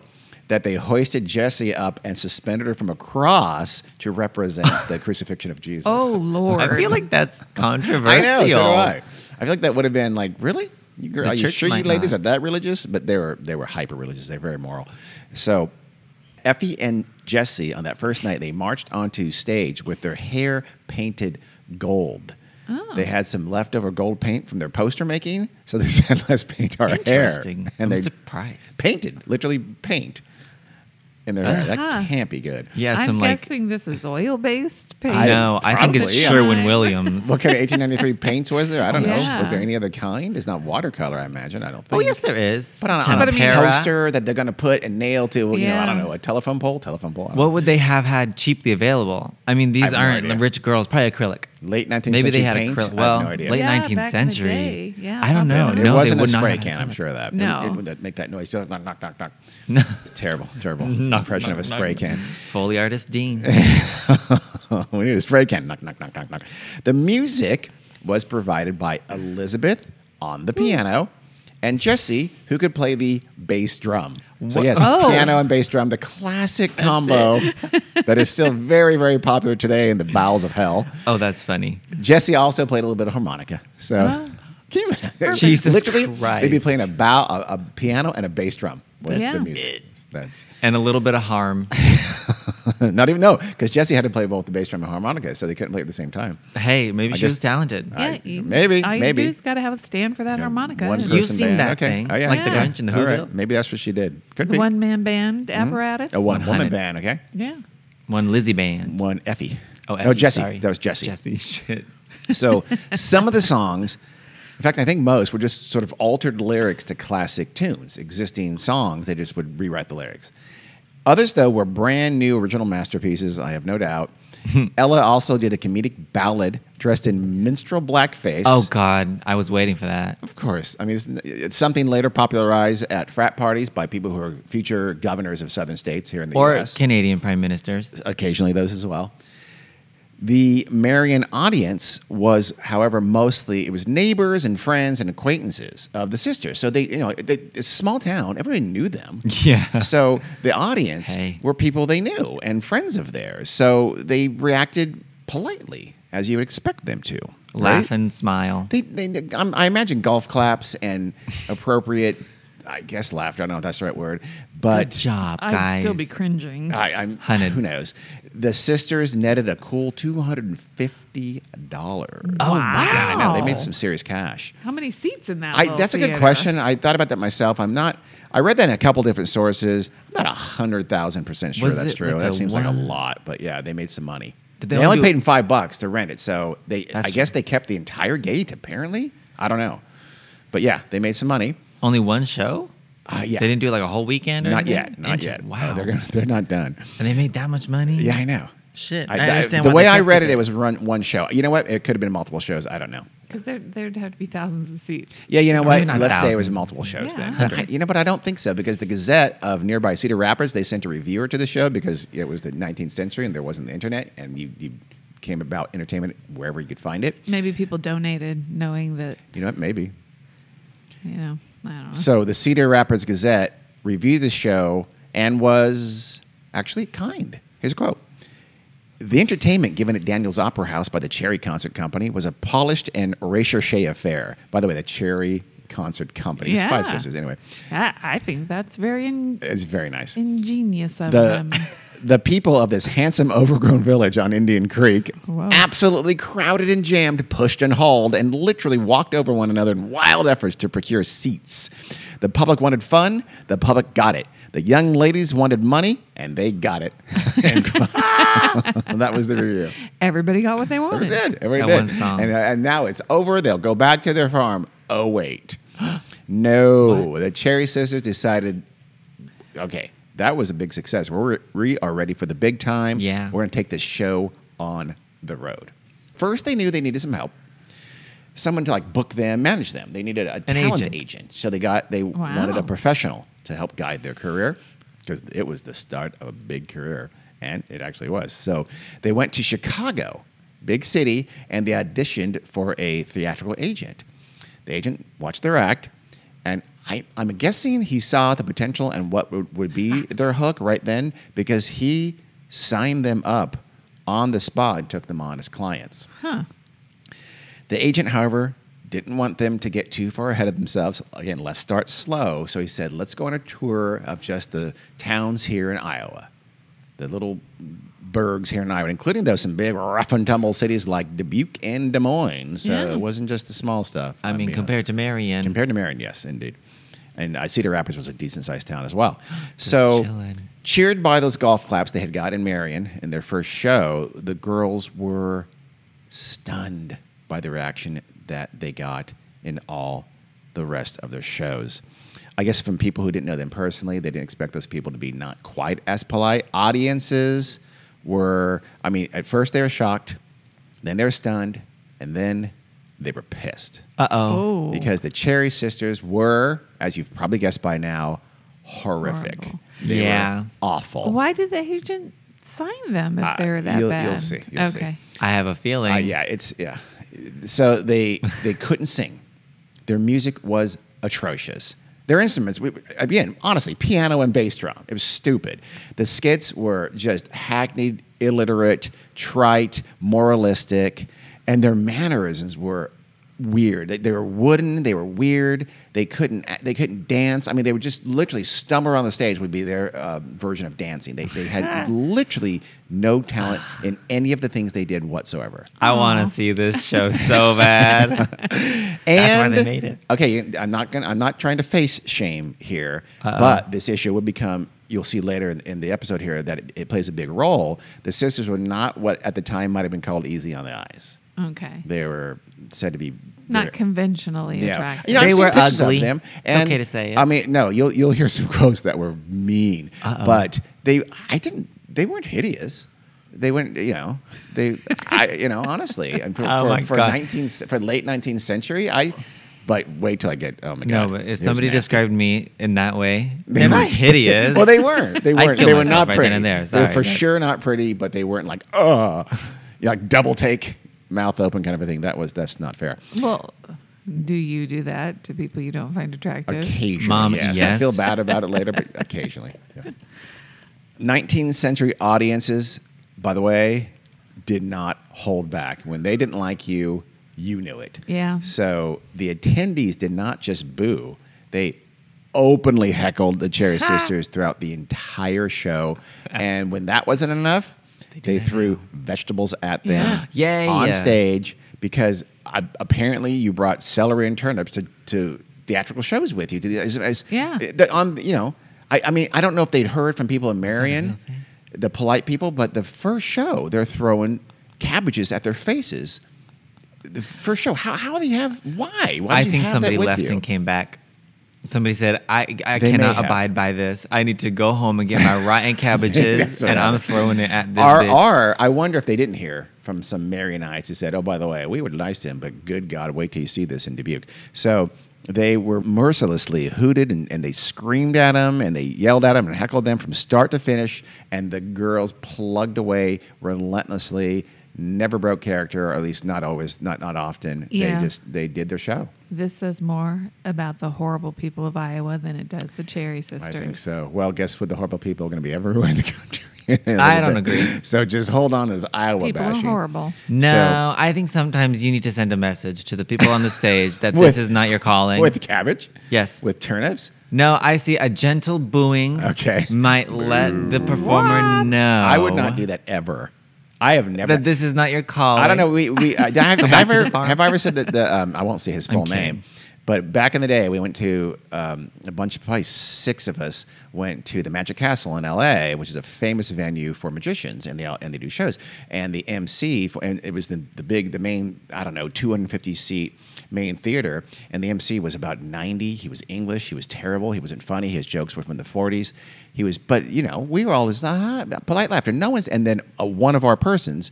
[SPEAKER 2] that they hoisted Jesse up and suspended her from a cross to represent the crucifixion of Jesus.
[SPEAKER 1] Oh Lord!
[SPEAKER 3] I feel like that's controversial.
[SPEAKER 2] I know. So do I. I feel like that would have been like, really? You girl,
[SPEAKER 3] The
[SPEAKER 2] are you
[SPEAKER 3] church
[SPEAKER 2] sure you
[SPEAKER 3] might
[SPEAKER 2] ladies
[SPEAKER 3] not.
[SPEAKER 2] are that religious? But they were they were hyper religious. They're very moral. So Effie and Jesse on that first night they marched onto stage with their hair painted gold.
[SPEAKER 3] Oh.
[SPEAKER 2] They had some leftover gold paint from their poster making, so they said, "Let's paint our hair."
[SPEAKER 3] Interesting.
[SPEAKER 2] And
[SPEAKER 3] I'm
[SPEAKER 2] they
[SPEAKER 3] surprised.
[SPEAKER 2] painted, literally paint in their hair.
[SPEAKER 1] Uh-huh.
[SPEAKER 2] That can't be good.
[SPEAKER 3] Yeah,
[SPEAKER 1] I'm
[SPEAKER 3] some like.
[SPEAKER 1] guessing this is oil-based paint.
[SPEAKER 2] I-
[SPEAKER 3] No, I think it's
[SPEAKER 2] Probably, yeah.
[SPEAKER 3] Sherwin Williams.
[SPEAKER 2] What kind of 1893 paints was there? I don't know.
[SPEAKER 1] Yeah.
[SPEAKER 2] Was there any other kind? It's not watercolor, I imagine. I don't think.
[SPEAKER 3] Oh yes, there is.
[SPEAKER 2] Put on, on
[SPEAKER 1] But I
[SPEAKER 2] a
[SPEAKER 1] mean-
[SPEAKER 3] Tempera.
[SPEAKER 2] poster that they're going to put and nail to, you know, I don't
[SPEAKER 1] Yeah.
[SPEAKER 2] know, a telephone pole, telephone pole. I don't
[SPEAKER 3] What would they have had cheaply available? I mean,
[SPEAKER 2] I
[SPEAKER 3] these
[SPEAKER 2] have no
[SPEAKER 3] aren't
[SPEAKER 2] idea.
[SPEAKER 3] rich girls. Probably acrylic.
[SPEAKER 2] know. late 19th
[SPEAKER 3] Maybe
[SPEAKER 2] century
[SPEAKER 3] they had
[SPEAKER 2] paint.
[SPEAKER 3] acrylic.
[SPEAKER 2] I
[SPEAKER 3] Well,
[SPEAKER 2] have no idea.
[SPEAKER 3] late
[SPEAKER 1] Yeah,
[SPEAKER 3] nineteenth
[SPEAKER 1] back in the
[SPEAKER 3] century.
[SPEAKER 1] day. Yeah,
[SPEAKER 3] I don't know.
[SPEAKER 1] something.
[SPEAKER 2] it
[SPEAKER 3] No,
[SPEAKER 2] wasn't
[SPEAKER 3] they would
[SPEAKER 2] a spray
[SPEAKER 3] not
[SPEAKER 2] can, I'm sure of that.
[SPEAKER 1] No.
[SPEAKER 2] It, would not make that noise. Knock, knock, knock, knock.
[SPEAKER 3] No.
[SPEAKER 2] It's terrible, terrible impression of a spray can.
[SPEAKER 3] Foley artist Dean.
[SPEAKER 2] we need a spray can. Knock, knock, knock, knock, knock. The music was provided by Elizabeth on the piano and Jesse, who could play the bass drum. So, yes,
[SPEAKER 1] Oh.
[SPEAKER 2] piano and bass drum, the classic combo that is still very, very popular today in the bowels of hell.
[SPEAKER 3] Oh, that's funny.
[SPEAKER 2] Jesse also played a little bit of harmonica. So, Can you imagine?
[SPEAKER 3] Jesus
[SPEAKER 2] Literally, they'd be
[SPEAKER 3] Christ.
[SPEAKER 2] playing a, bow, a, a piano and a bass drum. Was
[SPEAKER 1] Yeah.
[SPEAKER 2] the music? That's
[SPEAKER 3] And a little bit of harm.
[SPEAKER 2] not even no, because Jesse had to play both the bass drum and harmonica, so they couldn't play at the same time.
[SPEAKER 3] Hey, maybe
[SPEAKER 2] I
[SPEAKER 3] she was
[SPEAKER 2] guess-
[SPEAKER 3] talented.
[SPEAKER 1] yeah,
[SPEAKER 2] I-
[SPEAKER 1] you-
[SPEAKER 2] maybe,
[SPEAKER 1] all you
[SPEAKER 2] maybe.
[SPEAKER 1] do is got to have a stand for that
[SPEAKER 2] You know,
[SPEAKER 1] harmonica.
[SPEAKER 2] one
[SPEAKER 1] and
[SPEAKER 3] You've
[SPEAKER 2] person
[SPEAKER 3] seen
[SPEAKER 2] band.
[SPEAKER 3] that
[SPEAKER 2] okay.
[SPEAKER 3] thing,
[SPEAKER 2] Oh, yeah.
[SPEAKER 3] like
[SPEAKER 1] the
[SPEAKER 2] yeah.
[SPEAKER 3] Grinch and the
[SPEAKER 2] All
[SPEAKER 3] Who
[SPEAKER 2] right.
[SPEAKER 3] Bill.
[SPEAKER 2] Maybe that's what she did. Could
[SPEAKER 1] the
[SPEAKER 2] be
[SPEAKER 1] one-man band apparatus.
[SPEAKER 2] Mm-hmm. a one woman
[SPEAKER 3] 100.
[SPEAKER 2] band. Okay,
[SPEAKER 1] Yeah.
[SPEAKER 3] One Lizzie band.
[SPEAKER 2] one Effie.
[SPEAKER 3] Oh,
[SPEAKER 2] no,
[SPEAKER 3] Effie,
[SPEAKER 2] Jesse.
[SPEAKER 3] sorry.
[SPEAKER 2] That was Jesse.
[SPEAKER 3] Jesse, shit.
[SPEAKER 2] So some of the songs, in fact, I think most were just sort of altered lyrics to classic tunes, existing songs. They just would rewrite the lyrics. Others, though, were brand new original masterpieces, I have no doubt.
[SPEAKER 3] Hmm.
[SPEAKER 2] Ella also did a comedic ballad dressed in minstrel blackface.
[SPEAKER 3] Oh God, I was waiting for that.
[SPEAKER 2] Of course. I mean, it's, it's something later popularized at frat parties by people who are future governors of southern states here in the
[SPEAKER 3] Or
[SPEAKER 2] U.S.
[SPEAKER 3] Canadian prime ministers.
[SPEAKER 2] occasionally those as well. The Marion audience was, however, mostly it was neighbors and friends and acquaintances of the sisters. So they, you know, they, it's a small town. Everybody knew them.
[SPEAKER 3] Yeah.
[SPEAKER 2] So the audience
[SPEAKER 3] Hey.
[SPEAKER 2] were people they knew and friends of theirs. So they reacted politely, as you would expect them to. right?
[SPEAKER 3] Laugh and smile.
[SPEAKER 2] They, they, I'm, I imagine golf claps and appropriate, I guess, laughter. I don't know if that's the right word, but
[SPEAKER 3] Good job,
[SPEAKER 1] I'd
[SPEAKER 3] guys.
[SPEAKER 1] still be cringing.
[SPEAKER 2] I, I'm
[SPEAKER 3] Hunted.
[SPEAKER 2] who knows. The sisters netted a cool two hundred and fifty dollars.
[SPEAKER 3] Oh
[SPEAKER 1] Wow.
[SPEAKER 2] I know they made some serious cash.
[SPEAKER 1] How many seats in that?
[SPEAKER 2] I,
[SPEAKER 1] little
[SPEAKER 2] that's a good
[SPEAKER 1] theater?
[SPEAKER 2] question. I thought about that myself. I'm not. I read that in a couple different sources. I'm not hundred thousand percent sure
[SPEAKER 3] Was
[SPEAKER 2] that's
[SPEAKER 3] it
[SPEAKER 2] true.
[SPEAKER 3] like
[SPEAKER 2] that
[SPEAKER 3] a
[SPEAKER 2] seems like a
[SPEAKER 3] one-
[SPEAKER 2] lot, but yeah, they made some money.
[SPEAKER 3] Did
[SPEAKER 2] they,
[SPEAKER 3] they
[SPEAKER 2] only
[SPEAKER 3] only do-
[SPEAKER 2] paid them five bucks to rent it, so they. I
[SPEAKER 3] That's
[SPEAKER 2] guess they kept the entire gate. Apparently, I don't know, but yeah, they made some money.
[SPEAKER 3] Only one show?
[SPEAKER 2] Uh, yeah,
[SPEAKER 3] They didn't do like a whole weekend or
[SPEAKER 2] not
[SPEAKER 3] anything?
[SPEAKER 2] yet, not
[SPEAKER 3] Inter-
[SPEAKER 2] yet.
[SPEAKER 3] Wow.
[SPEAKER 2] Uh, they're gonna, they're not done.
[SPEAKER 3] and they made that much money?
[SPEAKER 2] Yeah, I know.
[SPEAKER 3] Shit.
[SPEAKER 2] I,
[SPEAKER 3] I, understand
[SPEAKER 2] the
[SPEAKER 3] why
[SPEAKER 2] way
[SPEAKER 3] they
[SPEAKER 2] I
[SPEAKER 3] kept
[SPEAKER 2] read it,
[SPEAKER 3] there.
[SPEAKER 2] it was run one show. You know what? It could have been multiple shows. I don't know.
[SPEAKER 1] Because there, there'd have to be thousands of seats.
[SPEAKER 2] Yeah, you know
[SPEAKER 3] Or
[SPEAKER 2] what?
[SPEAKER 3] maybe not
[SPEAKER 2] Let's say it was
[SPEAKER 3] thousands.
[SPEAKER 2] multiple shows
[SPEAKER 1] Yeah.
[SPEAKER 2] then. I- you know, but I don't think so because the Gazette of nearby Cedar Rapids they sent a reviewer to the show because it was the 19th century and there wasn't the internet and you, you came about entertainment wherever you could find it.
[SPEAKER 1] Maybe people donated knowing that,
[SPEAKER 2] You know what? Maybe.
[SPEAKER 1] you know, I don't know.
[SPEAKER 2] So the Cedar Rapids Gazette reviewed the show and was actually kind. Here's a quote. The entertainment given at Daniel's Opera House by the Cherry Concert Company was a polished and recherche affair. By the way, the Cherry Concert Company. It's five
[SPEAKER 1] Yeah.
[SPEAKER 2] sisters anyway.
[SPEAKER 1] I, I think that's very in,
[SPEAKER 2] It's very nice.
[SPEAKER 1] ingenious of
[SPEAKER 2] Uh, The,
[SPEAKER 1] them.
[SPEAKER 2] the people of this handsome overgrown village on Indian Creek
[SPEAKER 1] Whoa.
[SPEAKER 2] absolutely crowded and jammed, pushed and hauled, and literally walked over one another in wild efforts to procure seats. The public wanted fun, the public got it. The young ladies wanted money, and they got it. And- that was the review.
[SPEAKER 1] Everybody got what they
[SPEAKER 2] Everybody
[SPEAKER 1] wanted.
[SPEAKER 2] did. Everybody
[SPEAKER 3] That one
[SPEAKER 2] did.
[SPEAKER 3] song.
[SPEAKER 2] And, uh, and now it's over. They'll go back to their farm. Oh, wait. No. The Cherry Sisters decided okay, that was a big success. We're, we are ready for the big time.
[SPEAKER 3] Yeah.
[SPEAKER 2] We're going to take this show on the road. First, they knew they needed some help. Someone to like book them, manage them. They needed a talent agent.
[SPEAKER 3] agent.
[SPEAKER 2] So they got they wanted a
[SPEAKER 1] Wow.
[SPEAKER 2] professional to help guide their career because it was the start of a big career, and it actually was. So they went to Chicago, big city, and they auditioned for a theatrical agent. The agent watched their act, and I, I'm guessing he saw the potential and what would, would be their hook right then because he signed them up on the spot and took them on as clients. The agent, however, didn't want them to get too far ahead of themselves. Again, let's start slow. So he said, let's go on a tour of just the towns here in Iowa, the little burgs here in Iowa, including though some big rough and tumble cities like Dubuque and Des Moines. So
[SPEAKER 1] Yeah.
[SPEAKER 2] it wasn't just the small stuff.
[SPEAKER 3] I mean, compared to Marion.
[SPEAKER 2] compared to Marion, yes, indeed. And uh, Cedar Rapids was a decent sized town as well. so
[SPEAKER 3] chillin'.
[SPEAKER 2] cheered by those golf claps they had got in Marion in their first show, the girls were stunned by the reaction that they got in all the rest of their shows. I guess from people who didn't know them personally, they didn't expect those people to be not quite as polite. Audiences were, I mean, at first they were shocked, then they were stunned, and then they were pissed
[SPEAKER 3] uh oh.
[SPEAKER 1] Oh.
[SPEAKER 2] because the Cherry Sisters were, as you've probably guessed by now, horrific.
[SPEAKER 1] Horrible.
[SPEAKER 2] They
[SPEAKER 3] Yeah.
[SPEAKER 2] were awful.
[SPEAKER 1] Why did the agent sign them if
[SPEAKER 2] Uh,
[SPEAKER 1] they were that
[SPEAKER 2] you'll- you'll
[SPEAKER 1] bad?
[SPEAKER 2] see, you'll see.
[SPEAKER 1] okay.
[SPEAKER 3] I have a feeling.
[SPEAKER 2] Uh, yeah, it's yeah. So they they couldn't sing. Their music was atrocious. Their instruments, we, again, honestly, piano and bass drum. It was stupid. The skits were just hackneyed, illiterate, trite, moralistic, and their mannerisms were weird. They, they were wooden. They were weird. They couldn't. a- They couldn't dance. I mean, they would just literally stumble on the stage. Would be their uh, version of dancing. They they had literally no talent in any of the things they did whatsoever.
[SPEAKER 3] I want to see this show so bad. That's why
[SPEAKER 2] And
[SPEAKER 3] they made it.
[SPEAKER 2] Okay, you- I'm not gonna. I'm not trying to face shame here,
[SPEAKER 3] Uh-uh.
[SPEAKER 2] but this issue would become. You'll see later in, in the episode here that it, it plays a big role. The sisters were not what at the time might have been called easy on the eyes.
[SPEAKER 1] Okay.
[SPEAKER 2] They were said to be
[SPEAKER 1] Not
[SPEAKER 2] They're-
[SPEAKER 1] conventionally attractive.
[SPEAKER 2] You know, I've
[SPEAKER 3] They
[SPEAKER 2] seen
[SPEAKER 3] were
[SPEAKER 2] pictures of
[SPEAKER 3] ugly.
[SPEAKER 2] them,
[SPEAKER 3] It's
[SPEAKER 2] and-
[SPEAKER 3] okay to say it.
[SPEAKER 2] I mean, no, you'll you'll hear some quotes that were mean,
[SPEAKER 3] Uh-oh.
[SPEAKER 2] but they I didn't. They weren't hideous. They weren't. You know, they. I you know honestly, and for
[SPEAKER 3] Oh
[SPEAKER 2] for,
[SPEAKER 3] my
[SPEAKER 2] for
[SPEAKER 3] God.
[SPEAKER 2] 19th for late nineteenth century, I. But wait till I get. Oh my
[SPEAKER 3] No,
[SPEAKER 2] god!
[SPEAKER 3] but
[SPEAKER 2] it
[SPEAKER 3] if
[SPEAKER 2] was
[SPEAKER 3] somebody
[SPEAKER 2] nasty.
[SPEAKER 3] described me in that way, they were
[SPEAKER 2] weren't.
[SPEAKER 3] hideous.
[SPEAKER 2] well, they weren't. They
[SPEAKER 3] I'd
[SPEAKER 2] weren't.
[SPEAKER 3] kill
[SPEAKER 2] They were not
[SPEAKER 3] myself right then
[SPEAKER 2] pretty.
[SPEAKER 3] and there.
[SPEAKER 2] they were
[SPEAKER 3] Sorry,
[SPEAKER 2] for
[SPEAKER 3] but-
[SPEAKER 2] sure not pretty, but they weren't like uh, like double take, mouth open kind of a thing. That was that's not fair.
[SPEAKER 1] Well, do you do that to people you don't find attractive?
[SPEAKER 2] Occasionally,
[SPEAKER 3] Mom,
[SPEAKER 2] yes. I
[SPEAKER 3] yes.
[SPEAKER 2] feel bad about it later, but occasionally. yeah. 19th century audiences, by the way, did not hold back. When they didn't like you, you knew it.
[SPEAKER 1] Yeah.
[SPEAKER 2] So the attendees did not just boo; they openly heckled the Cherry Sisters throughout the entire show. And when that wasn't enough, they, threw vegetables at them
[SPEAKER 3] Yeah. Yay.
[SPEAKER 2] on
[SPEAKER 3] Yeah.
[SPEAKER 2] stage because I, apparently you brought celery and turnips to, to theatrical shows with you. To the, is- is-
[SPEAKER 1] Yeah.
[SPEAKER 2] the- on you know, I, I mean, I don't know if they'd heard from people in Marion, the polite people, but the first show they're throwing cabbages at their faces. The first show, how how do you have why? Why
[SPEAKER 3] I
[SPEAKER 2] did you
[SPEAKER 3] think
[SPEAKER 2] have that
[SPEAKER 3] somebody
[SPEAKER 2] with
[SPEAKER 3] left
[SPEAKER 2] you?
[SPEAKER 3] and came back. Somebody said, "I I
[SPEAKER 2] They may have.
[SPEAKER 3] cannot abide by this. I need to go home and get my rotten
[SPEAKER 2] That's
[SPEAKER 3] cabbages,
[SPEAKER 2] what
[SPEAKER 3] and I'm
[SPEAKER 2] happened.
[SPEAKER 3] throwing it at this."
[SPEAKER 2] Or,
[SPEAKER 3] bitch."
[SPEAKER 2] or I wonder if they didn't hear from some Marionites who said, "Oh, by the way, we were nice to him, but good God, wait till you see this in Dubuque." So they were mercilessly hooted and, and they screamed at him and they yelled at him and heckled them from start to finish. And the girls plugged away relentlessly, never broke character, or at least not always, not not often.
[SPEAKER 1] Yeah.
[SPEAKER 2] They just they did their show.
[SPEAKER 1] This says more about the horrible people of Iowa than it does the Cherry
[SPEAKER 2] I
[SPEAKER 1] Sisters.
[SPEAKER 2] think so. Well, guess what? The horrible people are going to be everywhere in the country. in a
[SPEAKER 3] I
[SPEAKER 2] little
[SPEAKER 3] don't
[SPEAKER 2] bit.
[SPEAKER 3] agree.
[SPEAKER 2] So just hold on to this Iowa
[SPEAKER 1] People
[SPEAKER 2] bashing.
[SPEAKER 1] are horrible.
[SPEAKER 3] No,
[SPEAKER 2] So-
[SPEAKER 3] I think sometimes you need to send a message to the people on the stage that
[SPEAKER 2] With-
[SPEAKER 3] this is not your calling.
[SPEAKER 2] With cabbage?
[SPEAKER 3] Yes.
[SPEAKER 2] With turnips?
[SPEAKER 3] no, I see a gentle booing.
[SPEAKER 2] Okay.
[SPEAKER 3] might let the performer
[SPEAKER 1] What?
[SPEAKER 3] know.
[SPEAKER 2] I would not do that ever. I have never.
[SPEAKER 3] That this is not your calling.
[SPEAKER 2] I don't know. We, we I, have, have,
[SPEAKER 3] back
[SPEAKER 2] I
[SPEAKER 3] to
[SPEAKER 2] ever,
[SPEAKER 3] the farm.
[SPEAKER 2] have I ever said that the, um, I won't say his full
[SPEAKER 3] kidding.
[SPEAKER 2] name, but back in the day, we went to um, a bunch of probably six of us went to the Magic Castle in L.A., which is a famous venue for magicians, and they all- and they do shows. And the MC for, and it was the the big the main I don't know 250 seat main theater, and the MC was about 90. He was English. He was terrible. He wasn't funny. His jokes were from the 40s. He was, but you know, we were all just ah, polite laughter. No one's, and then uh, one of our persons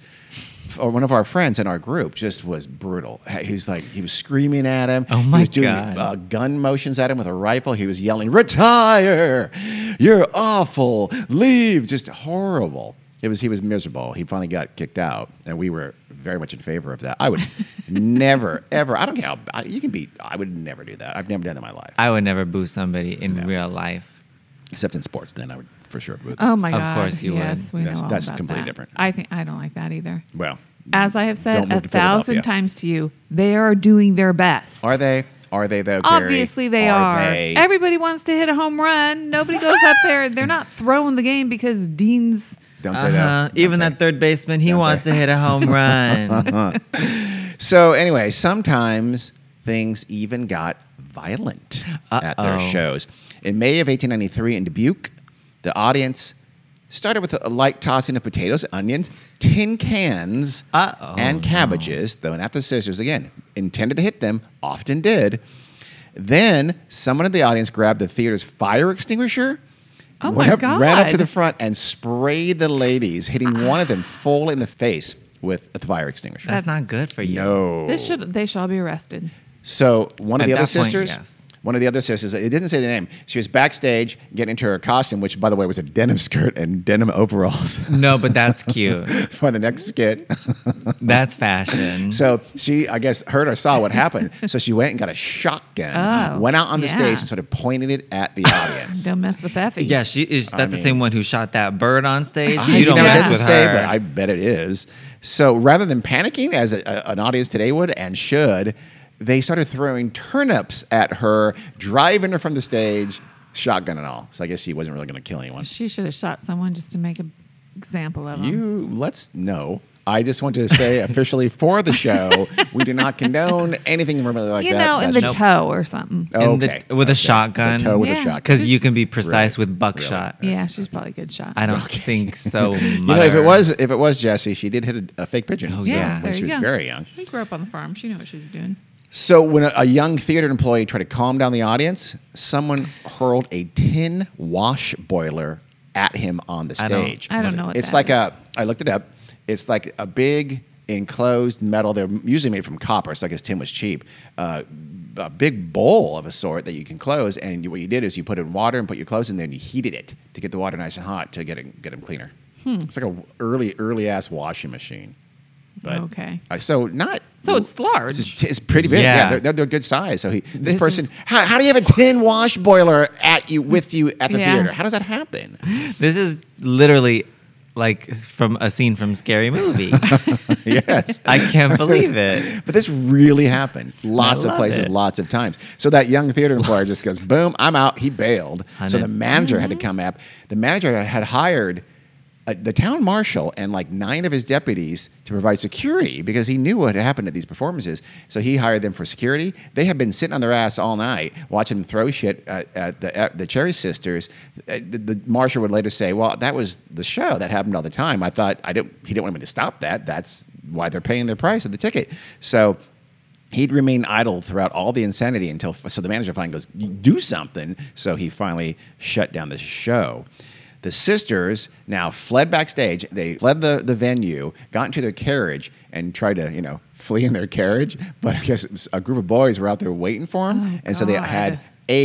[SPEAKER 2] or one of our friends in our group just was brutal. He was like, he was screaming at him.
[SPEAKER 3] Oh
[SPEAKER 2] he
[SPEAKER 3] my
[SPEAKER 2] was doing,
[SPEAKER 3] God.
[SPEAKER 2] Uh, gun motions at him with a rifle. He was yelling, "Retire! You're awful! Leave!" Just horrible. It was. He was miserable. He finally got kicked out, and we were very much in favor of that. I would never, ever. I don't care. How, I, you can be. I would never do that. I've never done that in my life,
[SPEAKER 3] I would never boo somebody in real life.
[SPEAKER 2] except in sports. Then I would for sure. But,
[SPEAKER 1] Oh my
[SPEAKER 3] Of
[SPEAKER 1] god!
[SPEAKER 3] course you would.
[SPEAKER 1] yes, We
[SPEAKER 2] That's-
[SPEAKER 1] know all
[SPEAKER 2] that's
[SPEAKER 1] about
[SPEAKER 2] completely
[SPEAKER 1] that.
[SPEAKER 2] different.
[SPEAKER 1] I think I don't like that either.
[SPEAKER 2] well,
[SPEAKER 1] As I have
[SPEAKER 2] Don't
[SPEAKER 1] said a
[SPEAKER 2] move to Philadelphia.
[SPEAKER 1] thousand times to you, they are doing their best.
[SPEAKER 2] are they? Are they though? Carrie?
[SPEAKER 1] Obviously, they are.
[SPEAKER 2] they?
[SPEAKER 1] Everybody wants to hit a home run. Nobody goes up there. They're not throwing the game because Dean's.
[SPEAKER 2] don't they? though?
[SPEAKER 3] Uh-huh. Even that third baseman, he wants to hit a home run.
[SPEAKER 2] So anyway, sometimes things even got violent at their
[SPEAKER 3] Uh-oh.
[SPEAKER 2] shows. In May of 1893 in Dubuque, the audience started with a light tossing of potatoes, onions, tin cans,
[SPEAKER 3] Uh-oh,
[SPEAKER 2] and cabbages, though not the scissors again, intended to hit them, often did. Then someone in the audience grabbed the theater's fire extinguisher
[SPEAKER 1] Oh
[SPEAKER 2] went
[SPEAKER 1] my
[SPEAKER 2] up, ran up to
[SPEAKER 1] God. Ah.
[SPEAKER 2] the front and sprayed the ladies, hitting one of them full in the face with a fire extinguisher.
[SPEAKER 3] That's not good for you.
[SPEAKER 2] no.
[SPEAKER 1] This should. They shall be arrested.
[SPEAKER 2] So one of
[SPEAKER 3] At
[SPEAKER 2] the other
[SPEAKER 3] that point,
[SPEAKER 2] sisters,
[SPEAKER 3] yes.
[SPEAKER 2] one of the other sisters, it didn't say the name. She was backstage getting into her costume, which by the way was a denim skirt and denim overalls
[SPEAKER 3] No, but that's cute.
[SPEAKER 2] for the next skit.
[SPEAKER 3] That's fashion.
[SPEAKER 2] So she, I guess, heard or saw what happened. so she went and got a shotgun,
[SPEAKER 1] Oh,
[SPEAKER 2] went out on the
[SPEAKER 1] yeah.
[SPEAKER 2] stage and sort of pointed it at the audience.
[SPEAKER 1] Don't mess with Effie.
[SPEAKER 3] yeah, she is that the
[SPEAKER 2] mean-
[SPEAKER 3] same one who shot that bird on stage?
[SPEAKER 2] I-
[SPEAKER 3] you, don't
[SPEAKER 2] know, it
[SPEAKER 3] mess
[SPEAKER 2] doesn't
[SPEAKER 3] with
[SPEAKER 2] say,
[SPEAKER 3] her.
[SPEAKER 2] but I bet it is. So rather than panicking as a, a- an audience today would and should, they started throwing turnips at her, driving her from the stage, shotgun and all. So I guess she wasn't really going to kill anyone.
[SPEAKER 1] She should have shot someone just to make an example of him.
[SPEAKER 2] You let's know. I just want to say officially for the show, we do not condone anything remotely like
[SPEAKER 1] You
[SPEAKER 2] that.
[SPEAKER 1] know, in the
[SPEAKER 2] That's-
[SPEAKER 1] toe or something.
[SPEAKER 3] in the-
[SPEAKER 2] okay.
[SPEAKER 3] with a
[SPEAKER 2] Okay.
[SPEAKER 3] shotgun.
[SPEAKER 2] The toe with a
[SPEAKER 1] Yeah.
[SPEAKER 2] shotgun.
[SPEAKER 3] Because you can be precise
[SPEAKER 2] Really?
[SPEAKER 3] with buckshot.
[SPEAKER 1] Yeah, she's probably a good shot.
[SPEAKER 3] I don't think so. Mother.
[SPEAKER 2] You know, if it was if it was Jesse, she did hit a, a fake pigeon.
[SPEAKER 3] Oh,
[SPEAKER 2] so,
[SPEAKER 3] yeah.
[SPEAKER 2] when
[SPEAKER 1] there
[SPEAKER 2] she
[SPEAKER 1] you
[SPEAKER 2] was
[SPEAKER 1] go.
[SPEAKER 2] very young.
[SPEAKER 1] We grew up on the farm. She knew what she was doing.
[SPEAKER 2] So when a, a young theater employee tried to calm down the audience, someone hurled a tin wash boiler at him on the
[SPEAKER 3] I don't-
[SPEAKER 2] stage.
[SPEAKER 1] I don't know what
[SPEAKER 2] it's
[SPEAKER 1] that
[SPEAKER 2] like
[SPEAKER 1] is.
[SPEAKER 2] a. I looked it up. It's like a big enclosed metal. They're usually made from copper, so I guess tin was cheap. Uh, a big bowl of a sort that you can close, and you, what you did is you put in water and put your clothes in there, and you heated it to get the water nice and hot to get it get them cleaner.
[SPEAKER 1] Hmm.
[SPEAKER 2] It's like a w- early early ass washing machine. But
[SPEAKER 1] Okay.
[SPEAKER 2] I- Uh, so not
[SPEAKER 1] So it's large.
[SPEAKER 2] it's, just- it's pretty big. Yeah,
[SPEAKER 3] Yeah.
[SPEAKER 2] they're, they're, they're good size. So he, this,
[SPEAKER 3] This
[SPEAKER 2] person,
[SPEAKER 3] is-
[SPEAKER 2] how, how do you have a tin wash boiler at you with you at the
[SPEAKER 1] Yeah.
[SPEAKER 2] theater? How does that happen?
[SPEAKER 3] This is literally like from a scene from Scary Movie.
[SPEAKER 2] yes,
[SPEAKER 3] I can't believe it.
[SPEAKER 2] but this really happened. Lots of
[SPEAKER 3] love
[SPEAKER 2] places,
[SPEAKER 3] it.
[SPEAKER 2] lots of times. So that young theater employer just goes, boom, I'm out. He bailed. So
[SPEAKER 3] Hunted.
[SPEAKER 2] the manager had to come up. The manager had hired. uh the town marshal and like nine of his deputies to provide security because he knew what had happened at these performances. So he hired them for security. They had been sitting on their ass all night watching them throw shit at, at the at the Cherry Sisters. Uh, The, the marshal would later say, "Well, that was the show. That happened all the time. I thought I didn't. He didn't want me to stop that. That's why they're paying their price of the ticket." So he'd remain idle throughout all the insanity until so the manager finally goes "You do something so he finally shut down the show the sisters now fled backstage they fled the, the venue got into their carriage and tried to you know flee in their carriage but i guess it was a group of boys were out there waiting for them
[SPEAKER 1] Oh,
[SPEAKER 2] and so they
[SPEAKER 1] God.
[SPEAKER 2] had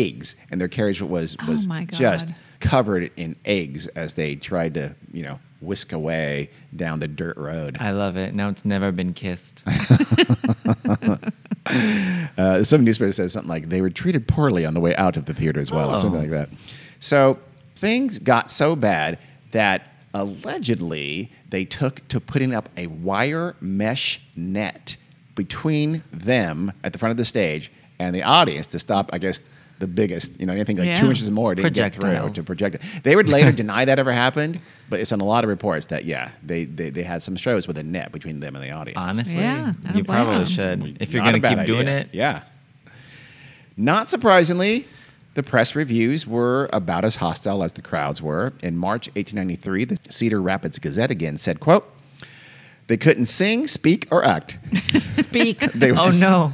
[SPEAKER 2] eggs and their carriage was
[SPEAKER 1] Oh,
[SPEAKER 2] was
[SPEAKER 1] my God.
[SPEAKER 2] just covered in eggs as they tried to you know whisk away down the dirt road
[SPEAKER 3] I love it. Now it's never been kissed.
[SPEAKER 2] Uh, some newspaper says something like they were treated poorly on the way out of the theater as well, or something
[SPEAKER 3] Oh.
[SPEAKER 2] like that. So things got so bad that allegedly they took to putting up a wire mesh net between them at the front of the stage and the audience to stop, I guess, the biggest, you know, anything like two
[SPEAKER 1] Yeah.
[SPEAKER 2] inches more didn't get through
[SPEAKER 3] Projectiles.
[SPEAKER 2] to project it. They would later deny that ever happened, but it's on a lot of reports that, yeah, they, they, they had some shows with a net between them and the audience.
[SPEAKER 3] Honestly,
[SPEAKER 2] oh,
[SPEAKER 1] Yeah, I don't
[SPEAKER 3] you
[SPEAKER 1] blame
[SPEAKER 3] probably
[SPEAKER 1] him.
[SPEAKER 3] should. If you're
[SPEAKER 2] Not
[SPEAKER 3] going
[SPEAKER 2] a
[SPEAKER 3] to
[SPEAKER 2] bad
[SPEAKER 3] keep doing
[SPEAKER 2] idea.
[SPEAKER 3] it,
[SPEAKER 2] Yeah. Not surprisingly, the press reviews were about as hostile as the crowds were. In March 1893, the Cedar Rapids Gazette again said, quote, they couldn't sing, speak, or act.
[SPEAKER 3] speak.
[SPEAKER 2] They were
[SPEAKER 3] oh,
[SPEAKER 2] s-
[SPEAKER 3] no.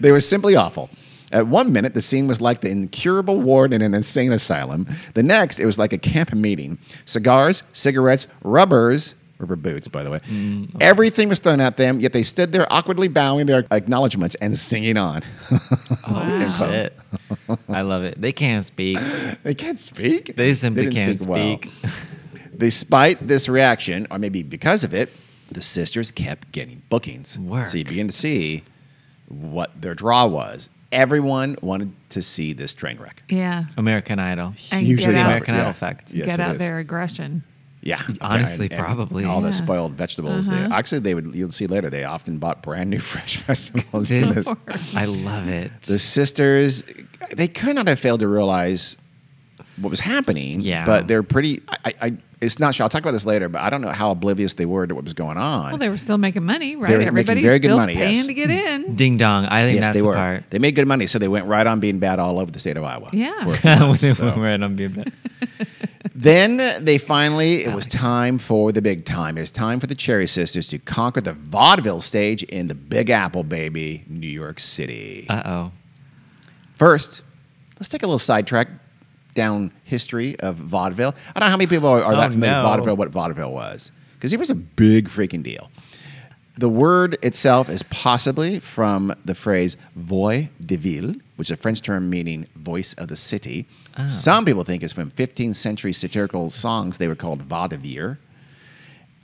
[SPEAKER 2] They were simply awful. At one minute, the scene was like the incurable ward in an insane asylum. The next, it was like a camp meeting. Cigars, cigarettes, rubbers, rubber boots, by the way.
[SPEAKER 3] Mm,
[SPEAKER 2] Everything was thrown at them, yet they stood there awkwardly bowing their acknowledgments and singing on.
[SPEAKER 1] Wow.
[SPEAKER 2] Info.
[SPEAKER 3] Shit. I love it. They can't speak.
[SPEAKER 2] They can't speak.
[SPEAKER 3] They simply
[SPEAKER 2] didn't
[SPEAKER 3] can't
[SPEAKER 2] well.
[SPEAKER 3] speak.
[SPEAKER 2] Despite this reaction, or maybe because of it, the sisters kept getting bookings.
[SPEAKER 3] Work.
[SPEAKER 2] So you begin to see what their draw was. Everyone wanted to see this train wreck.
[SPEAKER 1] Yeah.
[SPEAKER 3] American Idol.
[SPEAKER 1] And get
[SPEAKER 2] Hugely
[SPEAKER 1] out,
[SPEAKER 3] American
[SPEAKER 2] Yeah.
[SPEAKER 3] Idol fact.
[SPEAKER 2] Yes,
[SPEAKER 1] get
[SPEAKER 2] it
[SPEAKER 1] out
[SPEAKER 2] is.
[SPEAKER 1] their aggression.
[SPEAKER 2] Yeah,
[SPEAKER 3] Honestly,
[SPEAKER 2] And- and
[SPEAKER 3] probably.
[SPEAKER 2] all the
[SPEAKER 1] Yeah.
[SPEAKER 2] spoiled vegetables. there.
[SPEAKER 1] Uh-huh.
[SPEAKER 2] Actually, they would. You'll see later. They often bought brand new fresh vegetables. for
[SPEAKER 3] This,
[SPEAKER 2] this.
[SPEAKER 3] I love it.
[SPEAKER 2] The sisters, they could not have failed to realize what was happening.
[SPEAKER 3] Yeah.
[SPEAKER 2] But they're pretty. I, I it's not sure. I'll talk about this later. But I don't know how oblivious they were to what was going on.
[SPEAKER 1] Well, they were still making money, right?
[SPEAKER 2] They were making
[SPEAKER 1] Everybody's
[SPEAKER 2] very good
[SPEAKER 1] still
[SPEAKER 2] money,
[SPEAKER 1] paying
[SPEAKER 2] yes.
[SPEAKER 1] to get in.
[SPEAKER 3] Ding dong. I think that's
[SPEAKER 2] they
[SPEAKER 3] the
[SPEAKER 2] were.
[SPEAKER 3] part.
[SPEAKER 2] They made good money, so they went right on being bad all over the state of Iowa.
[SPEAKER 1] Yeah.
[SPEAKER 2] for a few
[SPEAKER 3] When
[SPEAKER 2] months,
[SPEAKER 3] they
[SPEAKER 2] so.
[SPEAKER 3] were at Unbeatable.
[SPEAKER 2] Then they finally, it was time for the big time. It was time for the Cherry Sisters to conquer the vaudeville stage in the Big Apple, baby, New York City.
[SPEAKER 3] Uh-oh.
[SPEAKER 2] First, let's take a little sidetrack down history of vaudeville. I don't know how many people are, are that
[SPEAKER 3] Oh,
[SPEAKER 2] familiar
[SPEAKER 3] no.
[SPEAKER 2] with vaudeville, what vaudeville was, because it was a big freaking deal. The word itself is possibly from the phrase voix de ville, which is a French term meaning voice of the city.
[SPEAKER 3] Oh.
[SPEAKER 2] Some people think it's from 15th century satirical songs. They were called vaudeville.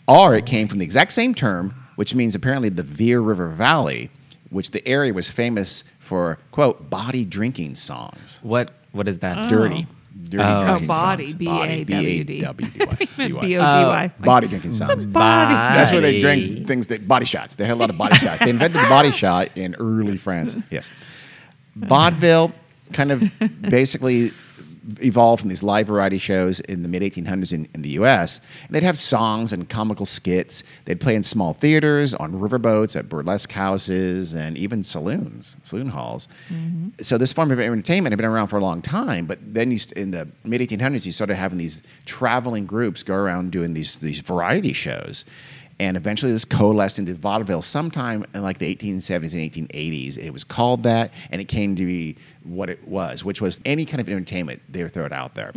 [SPEAKER 2] Or it came from the exact same term, which means apparently the Veer River Valley, which the area was famous for, quote, body drinking songs.
[SPEAKER 3] What what is that?
[SPEAKER 2] Dirty. Dirty
[SPEAKER 3] Oh.
[SPEAKER 2] drinking
[SPEAKER 1] Oh, body,
[SPEAKER 2] songs.
[SPEAKER 1] B-A-W-D.
[SPEAKER 2] B-A-W-D-Y.
[SPEAKER 1] B O D Y.
[SPEAKER 2] Oh, Body drinking songs.
[SPEAKER 1] Body.
[SPEAKER 2] That's where they
[SPEAKER 3] Body.
[SPEAKER 2] drank things that body shots. They had a lot of body shots. They invented the body shot in early France. Yes. Vaudeville kind of basically evolved from these live variety shows in the mid 1800s in, in the US. And they'd have songs and comical skits. They'd play in small theaters, on riverboats, at burlesque houses, and even saloons, saloon halls. So this form of entertainment had been around for a long time, but then you, st- in the mid 1800s, you started having these traveling groups go around doing these, these variety shows. And eventually, this coalesced into vaudeville sometime in like the 1870s and 1880s. It was called that, and it came to be what it was, which was any kind of entertainment they would throw it out there.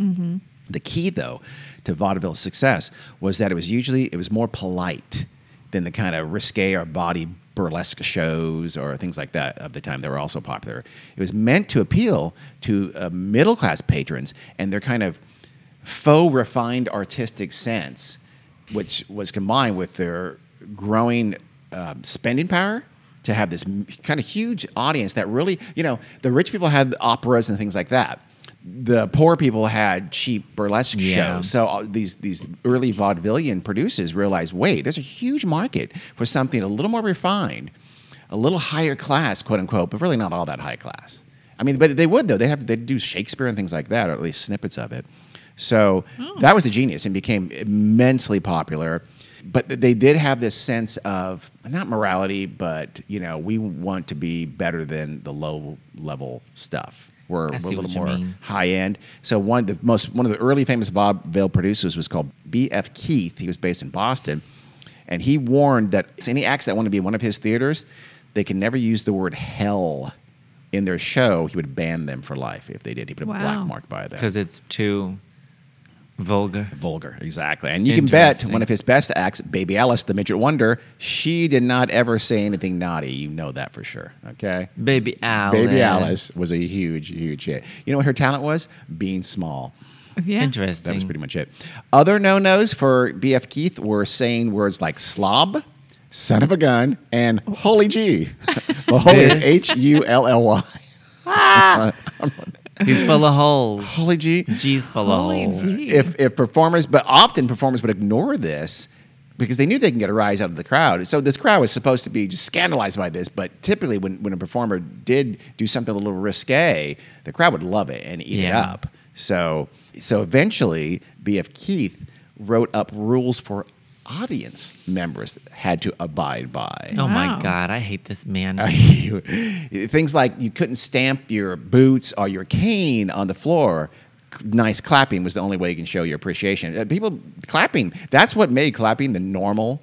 [SPEAKER 2] The key, though, to vaudeville's success was that it was usually it was more polite than the kind of risque or body burlesque shows or things like that of the time that were also popular. It was meant to appeal to uh, middle class patrons and their kind of faux refined artistic sense, which was combined with their growing uh, spending power to have this m- kind of huge audience that really, you know, the rich people had operas and things like that. The poor people had cheap burlesque
[SPEAKER 3] Yeah.
[SPEAKER 2] shows. So all these these early vaudevillian producers realized, wait, there's a huge market for something a little more refined, a little higher class, quote unquote, but really not all that high class. I mean, but they would though. They have they do Shakespeare and things like that, or at least snippets of it. So
[SPEAKER 3] Hmm.
[SPEAKER 2] that was the genius and became immensely popular. But th- they did have this sense of not morality, but you know, we want to be better than the low level stuff. We're, we're a
[SPEAKER 3] see
[SPEAKER 2] little
[SPEAKER 3] what you
[SPEAKER 2] more
[SPEAKER 3] mean.
[SPEAKER 2] high end. So one of the most one of the early famous Bob Vale producers was called B.F. Keith. He was based in Boston, and he warned that any acts that want to be in one of his theaters, they can never use the word hell in their show. He would ban them for life if they did. He put a black
[SPEAKER 1] Wow.
[SPEAKER 2] mark by that
[SPEAKER 3] because it's too vulgar.
[SPEAKER 2] vulgar. Exactly. And you can bet
[SPEAKER 3] Interesting.
[SPEAKER 2] one of his best acts, Baby Alice, the midget wonder, she did not ever say anything naughty. You know that for sure. Okay.
[SPEAKER 3] Baby Alice.
[SPEAKER 2] Baby Alice was a huge, huge hit. You know what her talent was? Being small.
[SPEAKER 1] Yeah.
[SPEAKER 3] Interesting.
[SPEAKER 2] That was pretty much it. Other no nos for BF Keith were saying words like slob, son of a gun, and holy G. The holy is
[SPEAKER 3] This-
[SPEAKER 2] H U L L Y.
[SPEAKER 3] He's full of holes.
[SPEAKER 2] Holy G.
[SPEAKER 3] G's full of
[SPEAKER 1] Holy
[SPEAKER 3] holes.
[SPEAKER 1] gee.
[SPEAKER 2] Oh. if if performers, but often performers would ignore this because they knew they can get a rise out of the crowd. So this crowd was supposed to be just scandalized by this, but typically when, when a performer did do something a little risque, the crowd would love it and eat it
[SPEAKER 3] Yeah.
[SPEAKER 2] up. So so eventually BF Keith wrote up rules for audience members that had to abide by.
[SPEAKER 3] Oh
[SPEAKER 1] Wow.
[SPEAKER 3] my God, I hate this man.
[SPEAKER 2] You- things like you couldn't stamp your boots or your cane on the floor. C- Nice clapping was the only way you can show your appreciation. Uh, People clapping, that's what made clapping the normal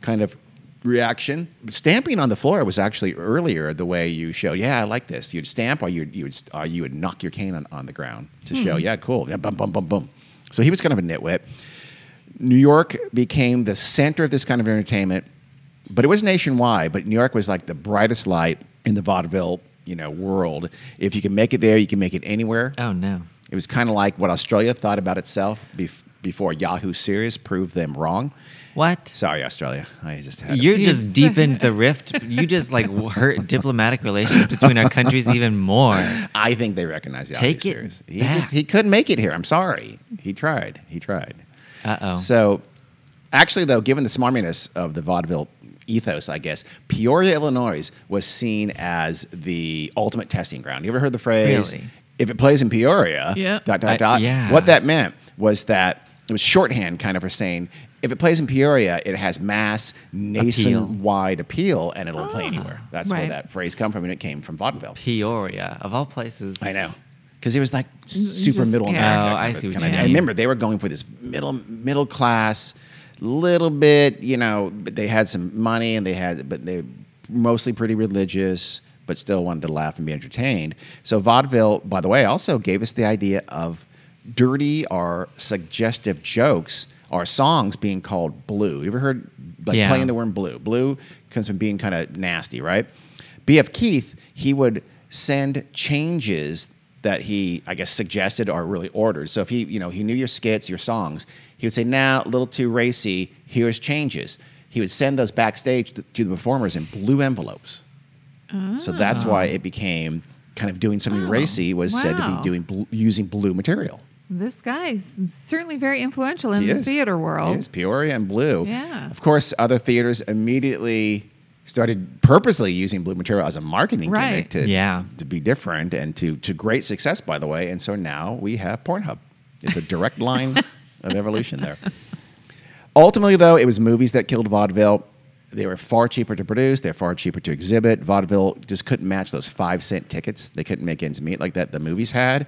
[SPEAKER 2] kind of reaction. Stamping on the floor was actually earlier the way you show, yeah, I like this. You'd stamp or you'd, you would, st- or you would knock your cane on, on the ground to show, yeah, cool. Yeah, bum, bum, bum, bum. So he was kind of a nitwit. New York became the center of this kind of entertainment, but it was nationwide. But New York was like the brightest light in the vaudeville, you know, world. If you can make it there, you can make it anywhere.
[SPEAKER 3] oh no.
[SPEAKER 2] It was kind of like what Australia thought about itself bef- before Yahoo Serious proved them wrong.
[SPEAKER 3] What?
[SPEAKER 2] Sorry, Australia. I just had.
[SPEAKER 3] You
[SPEAKER 2] It.
[SPEAKER 3] just deepened the rift. You just like w- hurt diplomatic relations between our countries even more.
[SPEAKER 2] I think they recognize Yahoo
[SPEAKER 3] Take it
[SPEAKER 2] Serious. He
[SPEAKER 3] back.
[SPEAKER 2] just he couldn't make it here. I'm sorry. He tried. He tried.
[SPEAKER 3] Uh oh.
[SPEAKER 2] So, actually, though, given the smarminess of the vaudeville ethos, I guess Peoria, Illinois, was seen as the ultimate testing ground. You ever heard the phrase?
[SPEAKER 3] Really?
[SPEAKER 2] If it plays in Peoria,
[SPEAKER 1] Yeah.
[SPEAKER 2] dot dot
[SPEAKER 3] I-
[SPEAKER 2] dot.
[SPEAKER 3] yeah.
[SPEAKER 2] What that meant was that it was shorthand kind of for saying. If it plays in Peoria, it has mass nation-wide appeal, and it'll
[SPEAKER 3] Ah,
[SPEAKER 2] play anywhere. That's where
[SPEAKER 1] Right.
[SPEAKER 2] that phrase come from, and it came from vaudeville.
[SPEAKER 3] Peoria, of all places.
[SPEAKER 2] I know. Because it was like super
[SPEAKER 1] just
[SPEAKER 2] middle
[SPEAKER 1] yeah.
[SPEAKER 2] America.
[SPEAKER 3] Oh,
[SPEAKER 2] kind
[SPEAKER 3] I
[SPEAKER 2] of-
[SPEAKER 3] see what
[SPEAKER 2] kind
[SPEAKER 3] you
[SPEAKER 2] of-
[SPEAKER 3] mean.
[SPEAKER 2] I remember they were going for this middle middle class, little bit, you know, but they had some money and they had, but they mostly pretty religious, but still wanted to laugh and be entertained. So vaudeville, by the way, also gave us the idea of dirty or suggestive jokes or songs being called blue. You ever heard like
[SPEAKER 3] Yeah.
[SPEAKER 2] playing the word blue? Blue comes from being kind of nasty, right? B.F. Keith, he would send changes that he, I guess, suggested or really ordered. So if he, you know, he knew your skits, your songs, he would say, "Now, a little too racy. Here's changes." He would send those backstage to to the performers in blue envelopes. So that's why it became kind of doing something racy was said to
[SPEAKER 1] wow.
[SPEAKER 2] be doing bl- using blue material.
[SPEAKER 1] This guy's certainly very influential in
[SPEAKER 2] He
[SPEAKER 1] the
[SPEAKER 2] is.
[SPEAKER 1] theater world.
[SPEAKER 2] He is Peoria and Blue.
[SPEAKER 1] Yeah.
[SPEAKER 2] Of course, other theaters immediately started purposely using blue material as a marketing
[SPEAKER 1] Right.
[SPEAKER 2] gimmick to
[SPEAKER 3] Yeah.
[SPEAKER 2] to be different and to to great success, by the way. And so now we have Pornhub. It's a direct line of evolution there. Ultimately, though, it was movies that killed vaudeville. They were far cheaper to produce. They're far cheaper to exhibit. Vaudeville just couldn't match those five cent tickets. They couldn't make ends meet like that. The movies had,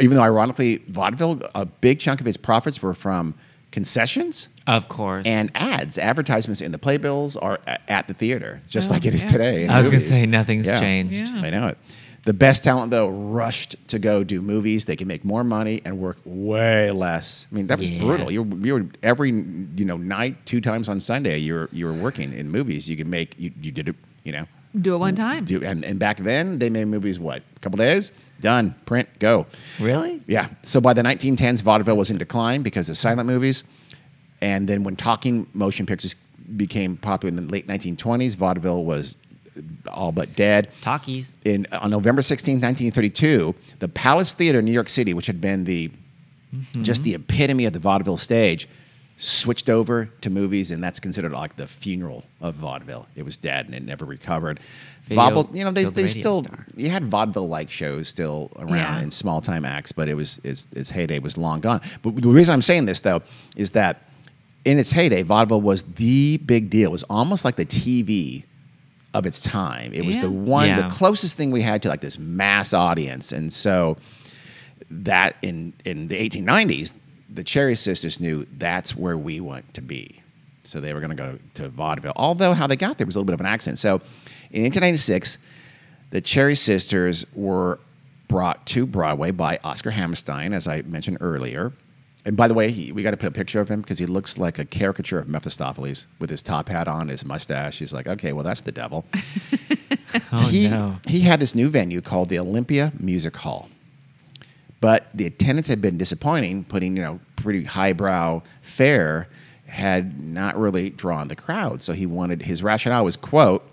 [SPEAKER 2] even though ironically, vaudeville a big chunk of its profits were from concessions
[SPEAKER 3] Of course.
[SPEAKER 2] and ads. Advertisements in the playbills are a- at the theater, just
[SPEAKER 1] Oh,
[SPEAKER 2] like it is
[SPEAKER 1] yeah.
[SPEAKER 2] today. in
[SPEAKER 3] I was going to
[SPEAKER 2] movies.
[SPEAKER 3] say nothing's
[SPEAKER 2] Yeah.
[SPEAKER 3] changed.
[SPEAKER 1] Yeah.
[SPEAKER 2] I know it. The best talent, though, rushed to go do movies. They can make more money and work way less. I mean, that was
[SPEAKER 3] Yeah.
[SPEAKER 2] brutal. You were, you were every you know night, two times on Sunday. You were you were working in movies. You could make you, you did it. You know,
[SPEAKER 1] Do it one time.
[SPEAKER 2] do and, and back then they made movies. What a couple days done, print go.
[SPEAKER 3] Really?
[SPEAKER 2] Yeah. So by the 1910s, vaudeville was in decline because of silent movies. And then when talking motion pictures became popular in the late 1920s, vaudeville was all but dead.
[SPEAKER 3] Talkies.
[SPEAKER 2] In, on November 16, 1932, the Palace Theater in New York City, which had been the just the epitome of the vaudeville stage, switched over to movies, and that's considered like the funeral of vaudeville. It was dead, and it never recovered.
[SPEAKER 3] Video
[SPEAKER 2] Vaudeville, you know, they,
[SPEAKER 3] killed the
[SPEAKER 2] they
[SPEAKER 3] radio
[SPEAKER 2] still
[SPEAKER 3] star.
[SPEAKER 2] you had vaudeville like shows still around
[SPEAKER 1] Yeah.
[SPEAKER 2] in small time acts, but it was its, its heyday was long gone. But the reason I'm saying this though is that in its heyday, vaudeville was the big deal. It was almost like the TV of its time. It was
[SPEAKER 1] Yeah.
[SPEAKER 2] the one,
[SPEAKER 3] Yeah.
[SPEAKER 2] the closest thing we had to like this mass audience, and so that in in the 1890s, the Cherry Sisters knew that's where we want to be. So they were going to go to vaudeville. Although how they got there was a little bit of an accident. So in 1896, the Cherry Sisters were brought to Broadway by Oscar Hammerstein, as I mentioned earlier. And by the way, he, we got to put a picture of him because he looks like a caricature of Mephistopheles with his top hat on, his mustache. He's like, okay, well, that's the devil.
[SPEAKER 3] Oh,
[SPEAKER 2] he,
[SPEAKER 3] no.
[SPEAKER 2] he had this new venue called the Olympia Music Hall but the attendance had been disappointing. Putting you know pretty highbrow fare had not really drawn the crowd. So he wanted his rationale was quote,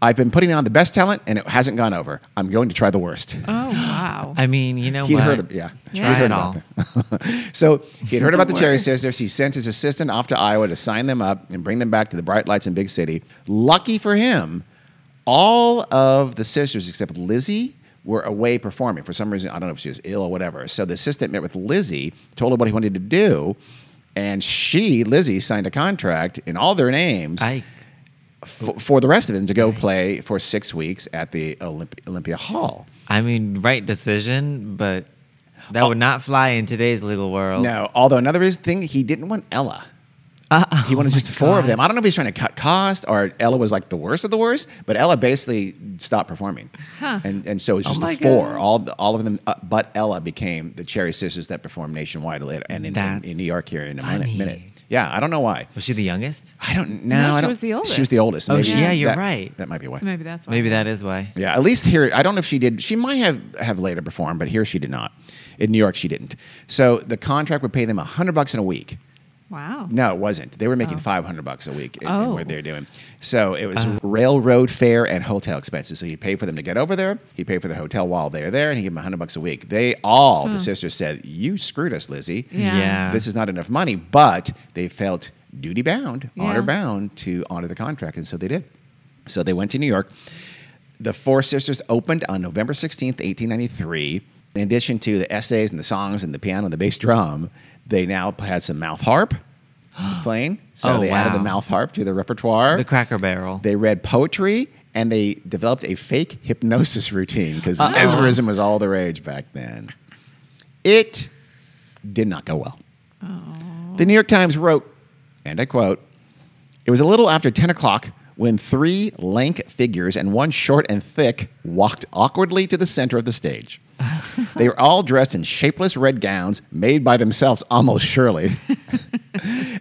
[SPEAKER 2] "I've been putting on the best talent and it hasn't gone over. I'm going to try the worst."
[SPEAKER 1] Oh wow.
[SPEAKER 3] I mean, you know
[SPEAKER 2] He'd
[SPEAKER 3] what?
[SPEAKER 2] heard of yeah.
[SPEAKER 1] Yeah.
[SPEAKER 2] He'd
[SPEAKER 3] Try
[SPEAKER 2] heard
[SPEAKER 3] it
[SPEAKER 2] about
[SPEAKER 3] all.
[SPEAKER 2] that. So he had heard about the Cherry
[SPEAKER 1] worst.
[SPEAKER 2] Sisters. He sent his assistant off to Iowa to sign them up and bring them back to the bright lights in Big City. Lucky for him, all of the sisters except Lizzie were away performing. For some reason, I don't know if she was ill or whatever. So the assistant met with Lizzie, told her what he wanted to do, and she, Lizzie, signed a contract in all their names
[SPEAKER 3] I,
[SPEAKER 2] f- for the rest of them to go play for six weeks at the Olymp- Olympia Hall.
[SPEAKER 3] I mean, right decision, but that would not fly in today's legal world.
[SPEAKER 2] Oh. No, although another reason thing he didn't want Ella.
[SPEAKER 3] Uh,
[SPEAKER 2] he
[SPEAKER 3] oh
[SPEAKER 2] wanted just four of them. I don't know if he's trying to cut cost or Ella was like the worst of the worst, but Ella basically stopped performing, and and so it's just
[SPEAKER 3] Oh my
[SPEAKER 2] the four. All the- all of them, uh, but Ella became the Cherry Sisters that performed nationwide later and in, in, in
[SPEAKER 3] That's
[SPEAKER 2] New York here in a minute,
[SPEAKER 3] funny.
[SPEAKER 2] minute. Yeah, I don't know why.
[SPEAKER 3] Was she the youngest?
[SPEAKER 2] I don't know.
[SPEAKER 1] she
[SPEAKER 2] I don't,
[SPEAKER 1] was the
[SPEAKER 2] She was the
[SPEAKER 1] oldest.
[SPEAKER 2] oldest.
[SPEAKER 3] Oh, yeah,
[SPEAKER 2] that-
[SPEAKER 3] you're right.
[SPEAKER 2] That might be why.
[SPEAKER 1] so maybe that's why.
[SPEAKER 3] Maybe that is why.
[SPEAKER 2] Yeah, at least here, I don't know if she did. She might have have later performed, but here she did not. In New York, she didn't. So the contract would pay them a hundred bucks in a week.
[SPEAKER 1] Wow.
[SPEAKER 2] No, it wasn't. They were making
[SPEAKER 1] Oh.
[SPEAKER 2] five hundred bucks a week in, in
[SPEAKER 1] Oh.
[SPEAKER 2] what they're doing. So it was railroad fare and hotel expenses. So he paid for them to get over there. He paid for the hotel while they were there, and he gave them hundred bucks a week. They all the sisters said, "You screwed us, Lizzie.
[SPEAKER 1] Yeah.
[SPEAKER 3] Yeah.
[SPEAKER 2] This is not enough money." But they felt duty bound,
[SPEAKER 1] Yeah.
[SPEAKER 2] honor bound to honor the contract, and so they did. So they went to New York. The Four Sisters opened on November 16th, 1893. In addition to the essays and the songs and the piano and the bass drum, they now had some mouth harp playing. So
[SPEAKER 3] Oh,
[SPEAKER 2] they added
[SPEAKER 3] wow.
[SPEAKER 2] the mouth harp to the repertoire.
[SPEAKER 3] the Cracker Barrel.
[SPEAKER 2] they read poetry and they developed a fake hypnosis routine because mesmerism was all the rage back then. It did not go well. The New York Times wrote, and I quote, it was a little after 10 o'clock when three lank figures and one short and thick walked awkwardly to the center of the stage. they were all dressed in shapeless red gowns made by themselves, almost surely.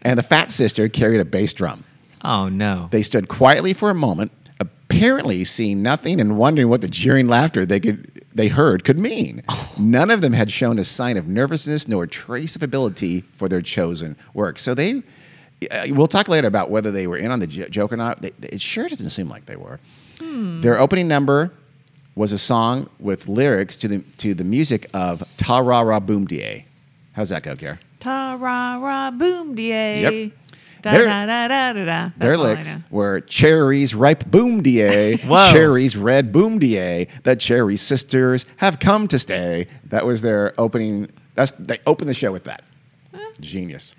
[SPEAKER 2] and the fat sister carried a bass drum.
[SPEAKER 3] oh no.
[SPEAKER 2] They stood quietly for a moment, apparently seeing nothing and wondering what the jeering laughter they could they heard could mean. None of them had shown a sign of nervousness nor trace of ability for their chosen work. So they uh, we'll talk later about whether they were in on the j- joke or not. They, they- it sure doesn't seem like they were. Their opening number was a song with lyrics to the to the music of Ta Ra Ra Boom Da. How's that go, Kara?
[SPEAKER 1] Ta ra ra boom da.
[SPEAKER 2] Yep.
[SPEAKER 1] Da
[SPEAKER 2] They're-
[SPEAKER 1] da da da da. da.
[SPEAKER 2] Their
[SPEAKER 1] That's all I
[SPEAKER 2] licks
[SPEAKER 1] know.
[SPEAKER 2] were cherries ripe boom da,
[SPEAKER 3] Whoa.
[SPEAKER 2] cherries red boom da. The cherry sisters have come to stay. That was their opening. That's they opened the show with that. Genius.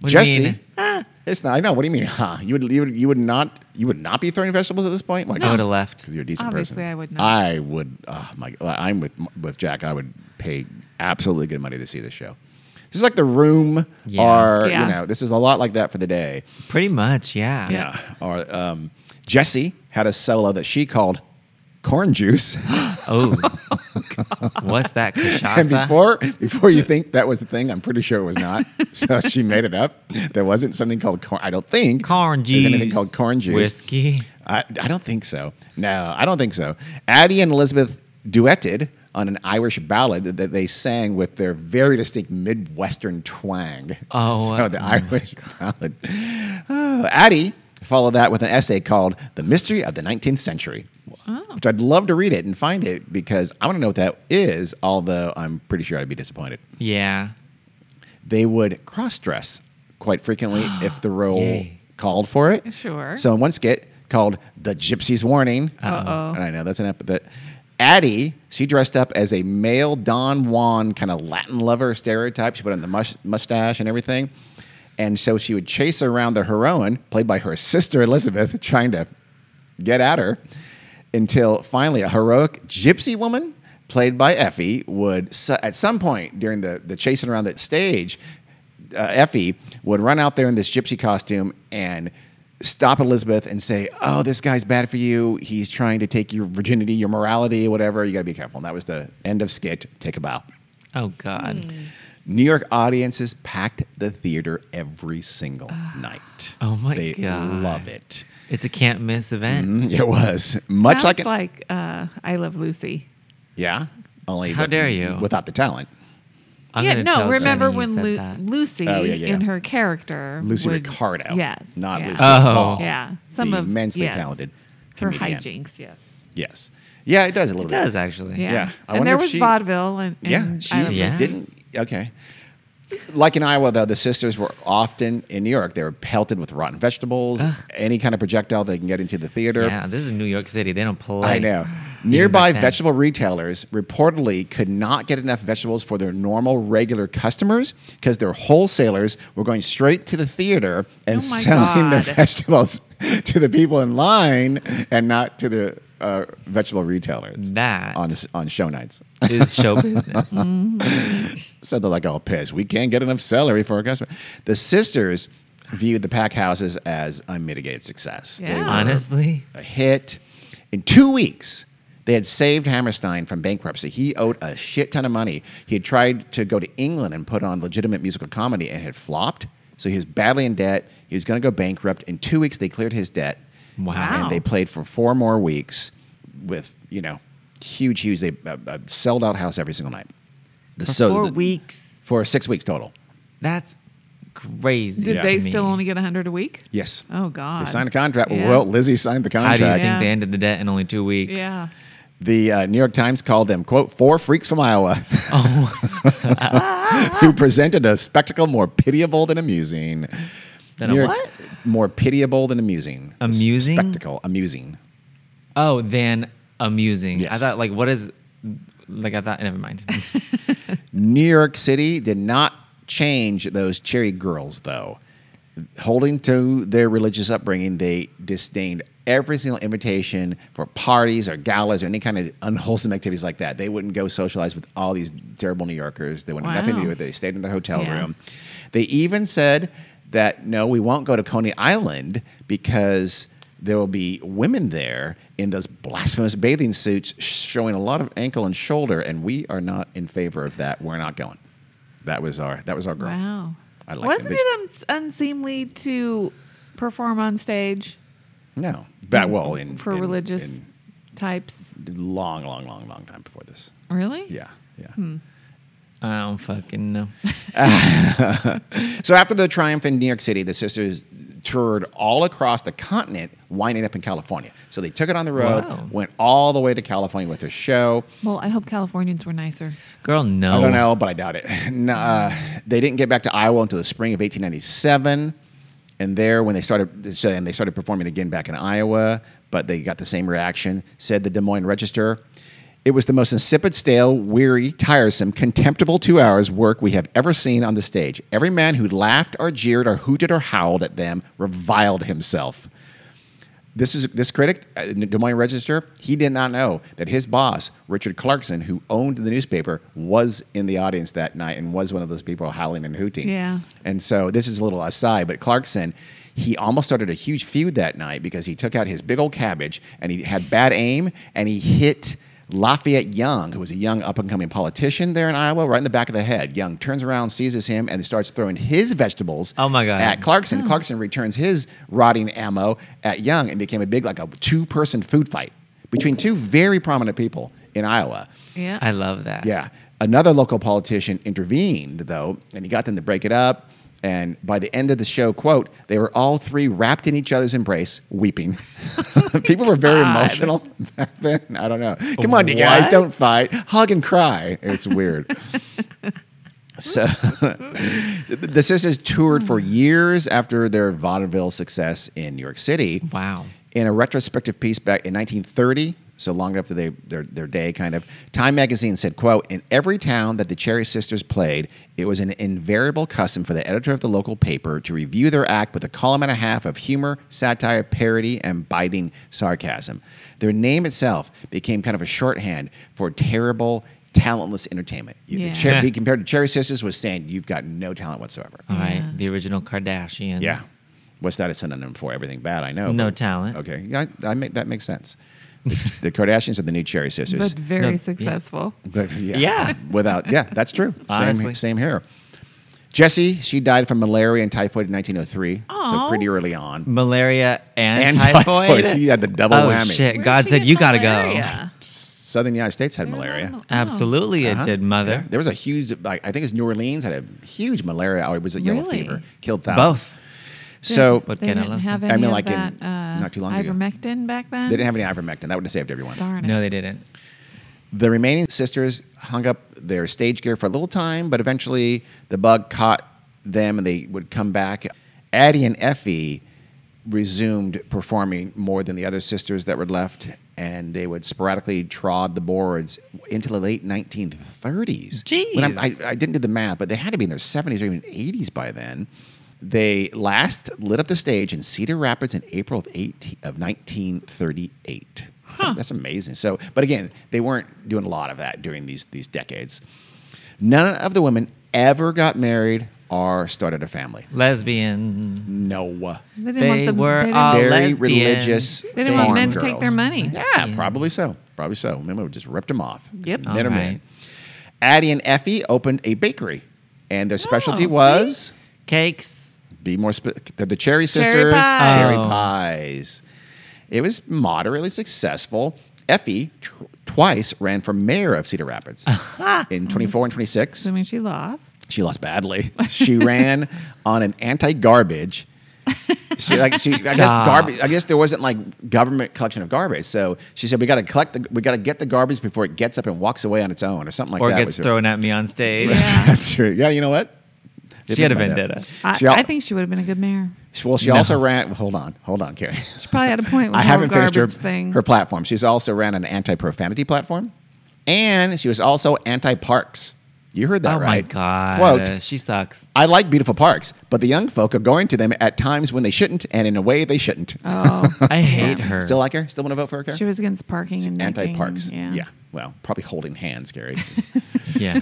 [SPEAKER 3] What do you
[SPEAKER 2] Jesse, ah,
[SPEAKER 3] mean?
[SPEAKER 2] it's not. I know. What do you mean? Huh? You would you would you would not you would not be throwing vegetables at this point? Like,
[SPEAKER 3] I would have left.
[SPEAKER 2] because you're a decent
[SPEAKER 1] Obviously,
[SPEAKER 2] person.
[SPEAKER 1] I would not.
[SPEAKER 2] I would. Oh my! God, I'm with with Jack. I would pay absolutely good money to see this show. This is like the room,
[SPEAKER 3] Yeah.
[SPEAKER 2] or
[SPEAKER 1] Yeah.
[SPEAKER 2] you know, this is a lot like that for the day.
[SPEAKER 3] Pretty much, yeah.
[SPEAKER 2] Yeah. Or um, Jesse had a solo that she called corn juice.
[SPEAKER 3] Oh, what's that?
[SPEAKER 2] and
[SPEAKER 3] Cachaça?
[SPEAKER 2] before before you think that was the thing, I'm pretty sure it was not. so she made it up. There wasn't something called corn. I don't think
[SPEAKER 3] corn juice.
[SPEAKER 2] There's anything called corn juice.
[SPEAKER 3] Whiskey.
[SPEAKER 2] I, I don't think so. No, I don't think so. Addie and Elizabeth duetted on an Irish ballad that they sang with their very distinct Midwestern twang.
[SPEAKER 3] Oh,
[SPEAKER 2] so the Irish ballad. Oh, Addie followed that with an essay called "The Mystery of the 19th Century," which I'd love to read it and find it because I want to know what that is. Although I'm pretty sure I'd be disappointed.
[SPEAKER 3] Yeah.
[SPEAKER 2] They would cross-dress quite frequently if the role
[SPEAKER 3] Yay.
[SPEAKER 2] called for it.
[SPEAKER 1] Sure.
[SPEAKER 2] So in one skit called "The Gypsy's Warning,"
[SPEAKER 1] Uh-oh.
[SPEAKER 2] and I know that's an epithet. Addie, she dressed up as a male Don Juan kind of Latin lover stereotype. She put on the mus- mustache and everything, and so she would chase around the heroine, played by her sister Elizabeth, trying to get at her, until finally a heroic gypsy woman, played by Effie, would su- at some point during the the chasing around the stage, uh, Effie would run out there in this gypsy costume and stop Elizabeth and say, "Oh, this guy's bad for you. He's trying to take your virginity, your morality, whatever. You got to be careful." And that was the end of skit. Take a bow.
[SPEAKER 3] Oh God.
[SPEAKER 1] Hmm.
[SPEAKER 2] New York audiences packed the theater every single night.
[SPEAKER 3] Oh, my
[SPEAKER 2] they
[SPEAKER 3] God.
[SPEAKER 2] love it.
[SPEAKER 3] It's a can't miss event.
[SPEAKER 2] Mm, It was much
[SPEAKER 1] Sounds
[SPEAKER 2] like, it.
[SPEAKER 1] like uh, I Love Lucy.
[SPEAKER 2] yeah, only
[SPEAKER 3] How
[SPEAKER 2] with-
[SPEAKER 3] dare you.
[SPEAKER 2] without the talent.
[SPEAKER 3] I'm
[SPEAKER 1] yeah,
[SPEAKER 3] gonna
[SPEAKER 1] no.
[SPEAKER 3] tell
[SPEAKER 1] Remember
[SPEAKER 3] Jenny you
[SPEAKER 1] when
[SPEAKER 3] said
[SPEAKER 1] Lu-
[SPEAKER 3] that.
[SPEAKER 1] Lucy
[SPEAKER 2] Oh, yeah, yeah,
[SPEAKER 1] in
[SPEAKER 2] yeah.
[SPEAKER 1] her character,
[SPEAKER 2] Lucy
[SPEAKER 1] would-
[SPEAKER 2] Ricardo,
[SPEAKER 1] Yes,
[SPEAKER 2] not
[SPEAKER 1] yeah.
[SPEAKER 2] Lucy.
[SPEAKER 3] Oh.
[SPEAKER 2] Ball,
[SPEAKER 1] Yeah, some
[SPEAKER 2] the
[SPEAKER 1] of
[SPEAKER 2] immensely
[SPEAKER 1] yes.
[SPEAKER 2] talented.
[SPEAKER 1] her
[SPEAKER 2] comedian.
[SPEAKER 1] hijinks. Yes,
[SPEAKER 2] Yes. Yeah, it does a little
[SPEAKER 3] It
[SPEAKER 2] bit.
[SPEAKER 3] does actually.
[SPEAKER 1] yeah.
[SPEAKER 2] Yeah, I
[SPEAKER 1] and
[SPEAKER 2] wonder
[SPEAKER 1] there
[SPEAKER 2] if
[SPEAKER 1] was
[SPEAKER 2] she-
[SPEAKER 1] vaudeville and,
[SPEAKER 2] Yeah,
[SPEAKER 1] and
[SPEAKER 2] she
[SPEAKER 1] I Love
[SPEAKER 3] Yeah.
[SPEAKER 1] Lucy.
[SPEAKER 2] didn't. Okay. Like in Iowa, though, the sisters were often in New York. They were pelted with rotten vegetables, any kind of projectile they can get into the theater.
[SPEAKER 3] Yeah, this is New York City. They don't play.
[SPEAKER 2] I know. Nearby
[SPEAKER 3] then.
[SPEAKER 2] vegetable retailers reportedly could not get enough vegetables for their normal, regular customers because their wholesalers were going straight to the theater
[SPEAKER 1] Oh
[SPEAKER 2] and
[SPEAKER 1] my
[SPEAKER 2] selling their
[SPEAKER 1] God.
[SPEAKER 2] vegetables to the people in line and not to the uh, vegetable retailers
[SPEAKER 3] That
[SPEAKER 2] on, on show nights.
[SPEAKER 3] is show business.
[SPEAKER 2] So they're like, oh, piss, we can't get enough celery for our customer. The sisters viewed the pack houses as unmitigated success. They
[SPEAKER 1] Yeah.
[SPEAKER 2] were
[SPEAKER 3] Honestly,
[SPEAKER 2] a hit. In two weeks, they had saved Hammerstein from bankruptcy. He owed a shit ton of money. He had tried to go to England and put on legitimate musical comedy and had flopped. So he was badly in debt. He was going to go bankrupt. In two weeks, they cleared his debt.
[SPEAKER 3] Wow.
[SPEAKER 2] And they played for four more weeks with, you know, huge, huge, they uh, uh, sold out house every single night. The, so
[SPEAKER 3] four
[SPEAKER 2] the-
[SPEAKER 3] weeks.
[SPEAKER 2] for six weeks total.
[SPEAKER 3] That's crazy.
[SPEAKER 1] Did
[SPEAKER 2] Yeah.
[SPEAKER 1] they
[SPEAKER 3] to me.
[SPEAKER 1] still only get hundred a week?
[SPEAKER 2] Yes.
[SPEAKER 1] Oh God.
[SPEAKER 2] They signed a contract.
[SPEAKER 1] Yeah.
[SPEAKER 2] Well, Lizzie signed the
[SPEAKER 3] How
[SPEAKER 2] contract.
[SPEAKER 3] do you think
[SPEAKER 1] Yeah.
[SPEAKER 3] they ended the debt in only two weeks?
[SPEAKER 1] Yeah.
[SPEAKER 2] The uh, New York Times called them, quote, four freaks from Iowa.
[SPEAKER 3] Oh.
[SPEAKER 2] who presented a spectacle more pitiable than amusing.
[SPEAKER 3] Than a
[SPEAKER 2] New York-
[SPEAKER 3] what?
[SPEAKER 2] More pitiable than amusing. A s-
[SPEAKER 3] Amusing?
[SPEAKER 2] Spectacle. Amusing.
[SPEAKER 3] Oh, then amusing. I
[SPEAKER 2] Yes.
[SPEAKER 3] thought like what is like I thought never mind.
[SPEAKER 2] New York City did not change those cherry girls, though. Holding to their religious upbringing, they disdained every single invitation for parties or galas or any kind of unwholesome activities like that. They wouldn't go socialize with all these terrible New Yorkers. They wanted nothing to do
[SPEAKER 1] Wow.
[SPEAKER 2] with it. They stayed in their hotel
[SPEAKER 1] Yeah.
[SPEAKER 2] room. They even said that no, we won't go to Coney Island because there will be women there in those blasphemous bathing suits showing a lot of ankle and shoulder, and we are not in favor of that. We're not going. That was our that was our girls.
[SPEAKER 1] Wow.
[SPEAKER 2] I like
[SPEAKER 1] Wasn't
[SPEAKER 2] it.
[SPEAKER 1] it un- unseemly to perform on stage
[SPEAKER 2] No, but well, in
[SPEAKER 1] for
[SPEAKER 2] in-
[SPEAKER 1] religious
[SPEAKER 2] in
[SPEAKER 1] types?
[SPEAKER 2] long, long, long, long time before this.
[SPEAKER 1] Really?
[SPEAKER 2] Yeah, yeah.
[SPEAKER 1] Hmm.
[SPEAKER 3] I don't fucking know.
[SPEAKER 2] So after the triumph in New York City, the sisters toured all across the continent, winding up in California. So they took it on the road,
[SPEAKER 3] Wow.
[SPEAKER 2] went all the way to California with their show.
[SPEAKER 1] Well, I hope Californians were nicer.
[SPEAKER 3] Girl, no.
[SPEAKER 2] I don't know, but I doubt it. No, uh, they didn't get back to Iowa until the spring of 1897, and there when they started, so, and they started performing again back in Iowa, but they got the same reaction. Said the Des Moines Register, "It was the most insipid, stale, weary, tiresome, contemptible two hours work we have ever seen on the stage. Every man who laughed or jeered or hooted or howled at them reviled himself." This is this critic, uh, Des Moines Register. He did not know that his boss, Richard Clarkson, who owned the newspaper, was in the audience that night and was one of those people howling and hooting.
[SPEAKER 1] Yeah.
[SPEAKER 2] And so this is a little aside, but Clarkson, he almost started a huge feud that night because he took out his big old cabbage and he had bad aim and he hit Lafayette Young, who was a young up and coming politician there in Iowa, right in the back of the head. Young turns around, seizes him, and starts throwing his vegetables
[SPEAKER 3] Oh, my God.
[SPEAKER 2] at Clarkson. Clarkson returns his rotting ammo at Young and became a big, like a two person food fight between two very prominent people in Iowa.
[SPEAKER 1] Yeah.
[SPEAKER 3] I love that.
[SPEAKER 2] Yeah. Another local politician intervened, though, and he got them to break it up. And by the end of the show, quote, they were all three wrapped in each other's embrace, weeping. People were very
[SPEAKER 1] God.
[SPEAKER 2] emotional back then. I don't know. Come on, you guys,
[SPEAKER 3] What?
[SPEAKER 2] don't fight. Hug and cry. It's weird. so the sisters toured for years after their vaudeville success in New York City
[SPEAKER 3] Wow.
[SPEAKER 2] in a retrospective piece back in 1930 so long after they, their, their day kind of time magazine said quote in every town that the cherry sisters played it was an invariable custom for the editor of the local paper to review their act with a column and a half of humor satire parody and biting sarcasm their name itself became kind of a shorthand for terrible talentless entertainment You- the
[SPEAKER 1] Yeah.
[SPEAKER 2] Cher- be compared to cherry sisters was saying you've got no talent whatsoever
[SPEAKER 3] All right.
[SPEAKER 1] Yeah.
[SPEAKER 3] The original Kardashians.
[SPEAKER 2] yeah. What's that a synonym for? Everything bad, I know.
[SPEAKER 3] No
[SPEAKER 2] but-
[SPEAKER 3] talent.
[SPEAKER 2] Okay. Yeah, I, I make, that makes sense. the Kardashians are the new Cherry Sisters.
[SPEAKER 1] but very
[SPEAKER 3] yeah.
[SPEAKER 1] successful.
[SPEAKER 2] But yeah.
[SPEAKER 3] Yeah.
[SPEAKER 2] Without, yeah, that's true. same,
[SPEAKER 3] Honestly.
[SPEAKER 2] same here. Jessie, she died from malaria and typhoid in 1903. So
[SPEAKER 1] Aw.
[SPEAKER 2] pretty early on.
[SPEAKER 3] Malaria and,
[SPEAKER 2] And
[SPEAKER 3] typhoid.
[SPEAKER 2] typhoid. She had the double
[SPEAKER 3] oh,
[SPEAKER 2] whammy.
[SPEAKER 3] shit.
[SPEAKER 1] Where'd
[SPEAKER 3] God
[SPEAKER 1] she
[SPEAKER 3] said,
[SPEAKER 1] get
[SPEAKER 3] you got to go.
[SPEAKER 1] malaria? Oh.
[SPEAKER 2] Southern United States had malaria.
[SPEAKER 3] Absolutely,
[SPEAKER 2] Uh-huh.
[SPEAKER 3] it did,
[SPEAKER 2] Yeah.
[SPEAKER 3] mother.
[SPEAKER 2] There was a huge, like, I think it was New Orleans had a huge malaria, or was it yellow
[SPEAKER 1] Really?
[SPEAKER 2] fever? Killed thousands.
[SPEAKER 3] Both.
[SPEAKER 2] So
[SPEAKER 3] But
[SPEAKER 1] They
[SPEAKER 3] can I
[SPEAKER 1] didn't
[SPEAKER 3] love
[SPEAKER 1] have
[SPEAKER 3] this?
[SPEAKER 1] any
[SPEAKER 2] I mean,
[SPEAKER 1] of
[SPEAKER 2] like
[SPEAKER 1] that
[SPEAKER 2] in-
[SPEAKER 1] uh,
[SPEAKER 2] not too long ago.
[SPEAKER 1] ivermectin back then.
[SPEAKER 2] they didn't have any ivermectin. That would have saved everyone.
[SPEAKER 1] Darn it.
[SPEAKER 3] No, they didn't.
[SPEAKER 2] The remaining sisters hung up their stage gear for a little time, but eventually the bug caught them and they would come back. Addie and Effie resumed performing more than the other sisters that were left, and they would sporadically trod the boards into the late 1930s. When I'm- I,
[SPEAKER 3] Jeez.
[SPEAKER 2] I didn't do the math, but they had to be in their 70s or even 80s by then. They last lit up the stage in Cedar Rapids in April of 18, of 1938. So That's amazing. So, but again, they weren't doing a lot of that during these these decades. None of the women ever got married or started a family.
[SPEAKER 3] Lesbian.
[SPEAKER 2] No.
[SPEAKER 1] They didn't want
[SPEAKER 3] They
[SPEAKER 1] the,
[SPEAKER 3] were
[SPEAKER 1] they didn't,
[SPEAKER 3] all
[SPEAKER 2] Very
[SPEAKER 3] lesbian.
[SPEAKER 2] religious
[SPEAKER 1] They didn't want
[SPEAKER 2] farm
[SPEAKER 1] men to take
[SPEAKER 2] girls.
[SPEAKER 1] their money.
[SPEAKER 2] Yeah, probably so. Probably so. Women would just ripped them off.
[SPEAKER 1] Yep.
[SPEAKER 2] Men are
[SPEAKER 3] All
[SPEAKER 2] men.
[SPEAKER 3] right.
[SPEAKER 2] Addie and Effie opened a bakery, and their specialty
[SPEAKER 1] see?
[SPEAKER 2] was
[SPEAKER 3] Cakes.
[SPEAKER 2] be more spe- the, the Cherry Sisters
[SPEAKER 1] pies.
[SPEAKER 2] cherry
[SPEAKER 3] Oh.
[SPEAKER 2] pies. It was moderately successful. Effie tr- twice ran for mayor of Cedar Rapids in 24 and 26.
[SPEAKER 1] Assuming she lost.
[SPEAKER 2] She lost badly. She ran on an anti-garbage. She like she I guess
[SPEAKER 3] Stop.
[SPEAKER 2] garbage. I guess there wasn't like government collection of garbage. So she said we got to collect the we got to get the garbage before it gets up and walks away on its own or something like
[SPEAKER 3] Or
[SPEAKER 2] that.
[SPEAKER 3] gets
[SPEAKER 2] was her-
[SPEAKER 3] thrown at me on stage.
[SPEAKER 1] Yeah.
[SPEAKER 2] That's true. Yeah, you know what?
[SPEAKER 3] She had a
[SPEAKER 2] Didn't find out.
[SPEAKER 3] vendetta.
[SPEAKER 1] I,
[SPEAKER 2] She al-
[SPEAKER 1] I think she would have been a good mayor.
[SPEAKER 2] Well, she
[SPEAKER 3] No.
[SPEAKER 2] also ran. Hold on, hold on, Carrie.
[SPEAKER 1] She probably had a point with
[SPEAKER 2] I
[SPEAKER 1] the whole
[SPEAKER 2] haven't
[SPEAKER 1] garbage
[SPEAKER 2] finished her,
[SPEAKER 1] thing.
[SPEAKER 2] her platform. She's also ran an anti-profanity platform, and she was also anti-parks. You heard that
[SPEAKER 3] Oh
[SPEAKER 2] right?
[SPEAKER 3] my god.
[SPEAKER 2] Quote:
[SPEAKER 3] She sucks.
[SPEAKER 2] I like beautiful parks, but the young folk are going to them at times when they shouldn't and in a way they shouldn't.
[SPEAKER 1] oh,
[SPEAKER 3] I hate her.
[SPEAKER 2] Still like her? Still want to vote for her? Karen?
[SPEAKER 1] she was against parking and making-
[SPEAKER 2] Anti-parks.
[SPEAKER 1] Yeah.
[SPEAKER 2] Well, probably holding hands, Gary.
[SPEAKER 3] yeah.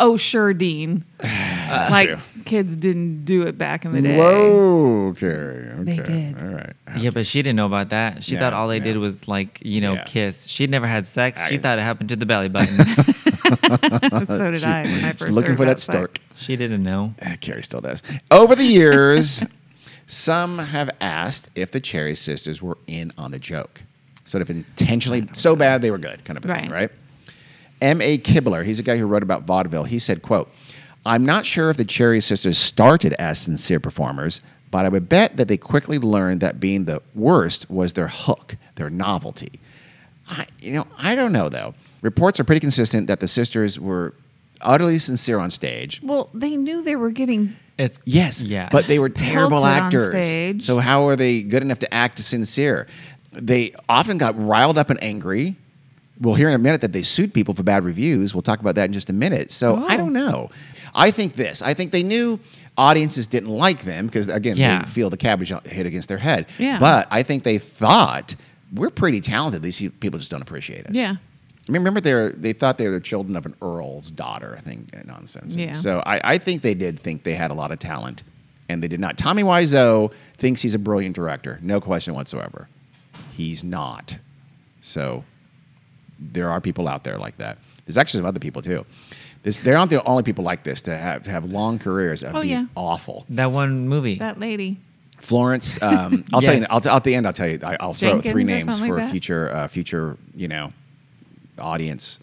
[SPEAKER 1] Oh, sure, Dean. like
[SPEAKER 2] true.
[SPEAKER 1] kids didn't do it back in the day.
[SPEAKER 2] Whoa, Gary. Okay.
[SPEAKER 1] They did.
[SPEAKER 2] All right.
[SPEAKER 3] Yeah, but she didn't know about that. She
[SPEAKER 2] Yeah,
[SPEAKER 3] thought all they did
[SPEAKER 2] yeah.
[SPEAKER 3] was like, you know,
[SPEAKER 2] Yeah.
[SPEAKER 3] kiss. She'd never had sex. she
[SPEAKER 2] I-
[SPEAKER 3] thought it happened to the belly button.
[SPEAKER 1] so did I when I
[SPEAKER 2] she's
[SPEAKER 1] first
[SPEAKER 2] looking
[SPEAKER 1] heard
[SPEAKER 2] for that
[SPEAKER 1] about
[SPEAKER 2] stork.
[SPEAKER 1] sex.
[SPEAKER 3] she didn't know.
[SPEAKER 2] Uh, Carrie still does. Over the years, some have asked if the Cherry sisters were in on the joke. Sort of intentionally so bad they were good, kind of a thing,
[SPEAKER 1] Right.
[SPEAKER 2] right? M.A. Kibler, he's a guy who wrote about vaudeville. He said, quote, I'm not sure if the Cherry sisters started as sincere performers, but I would bet that they quickly learned that being the worst was their hook, their novelty. I, you know, I don't know though. Reports are pretty consistent that the sisters were utterly sincere on stage.
[SPEAKER 1] Well, they knew they were getting.
[SPEAKER 3] It's
[SPEAKER 2] Yes.
[SPEAKER 3] Yeah.
[SPEAKER 2] But they were terrible
[SPEAKER 1] Pelted on
[SPEAKER 2] actors.
[SPEAKER 1] stage.
[SPEAKER 2] So how are they good enough to act sincere? They often got riled up and angry. We'll hear in a minute that they sued people for bad reviews. We'll talk about that in just a minute. So I
[SPEAKER 1] Oh.
[SPEAKER 2] don't know. I think this. I think they knew Audiences didn't like them because again,
[SPEAKER 3] Yeah.
[SPEAKER 2] they feel the cabbage hit against their head.
[SPEAKER 1] Yeah.
[SPEAKER 2] But I think they thought we're pretty talented. These people just don't appreciate us.
[SPEAKER 1] Yeah.
[SPEAKER 2] I mean, remember they were, they thought they were the children of an earl's daughter. I think uh, nonsense.
[SPEAKER 1] Yeah.
[SPEAKER 2] So I, I think they did think they had a lot of talent, and they did not. Tommy Wiseau thinks he's a brilliant director, no question whatsoever. He's not. So there are people out there like that. There's actually some other people too. This, they aren't the only people like this to have to have long careers of
[SPEAKER 1] Oh,
[SPEAKER 2] being
[SPEAKER 1] yeah.
[SPEAKER 2] awful.
[SPEAKER 3] That one movie.
[SPEAKER 1] That lady.
[SPEAKER 2] Florence, um, I'll tell you.
[SPEAKER 3] Yes.
[SPEAKER 2] I'll, t- at the end, I'll tell you. I, I'll throw out
[SPEAKER 1] Jenkins or
[SPEAKER 2] three names
[SPEAKER 1] something
[SPEAKER 2] for
[SPEAKER 1] like that?
[SPEAKER 2] future, uh, future, you know, audience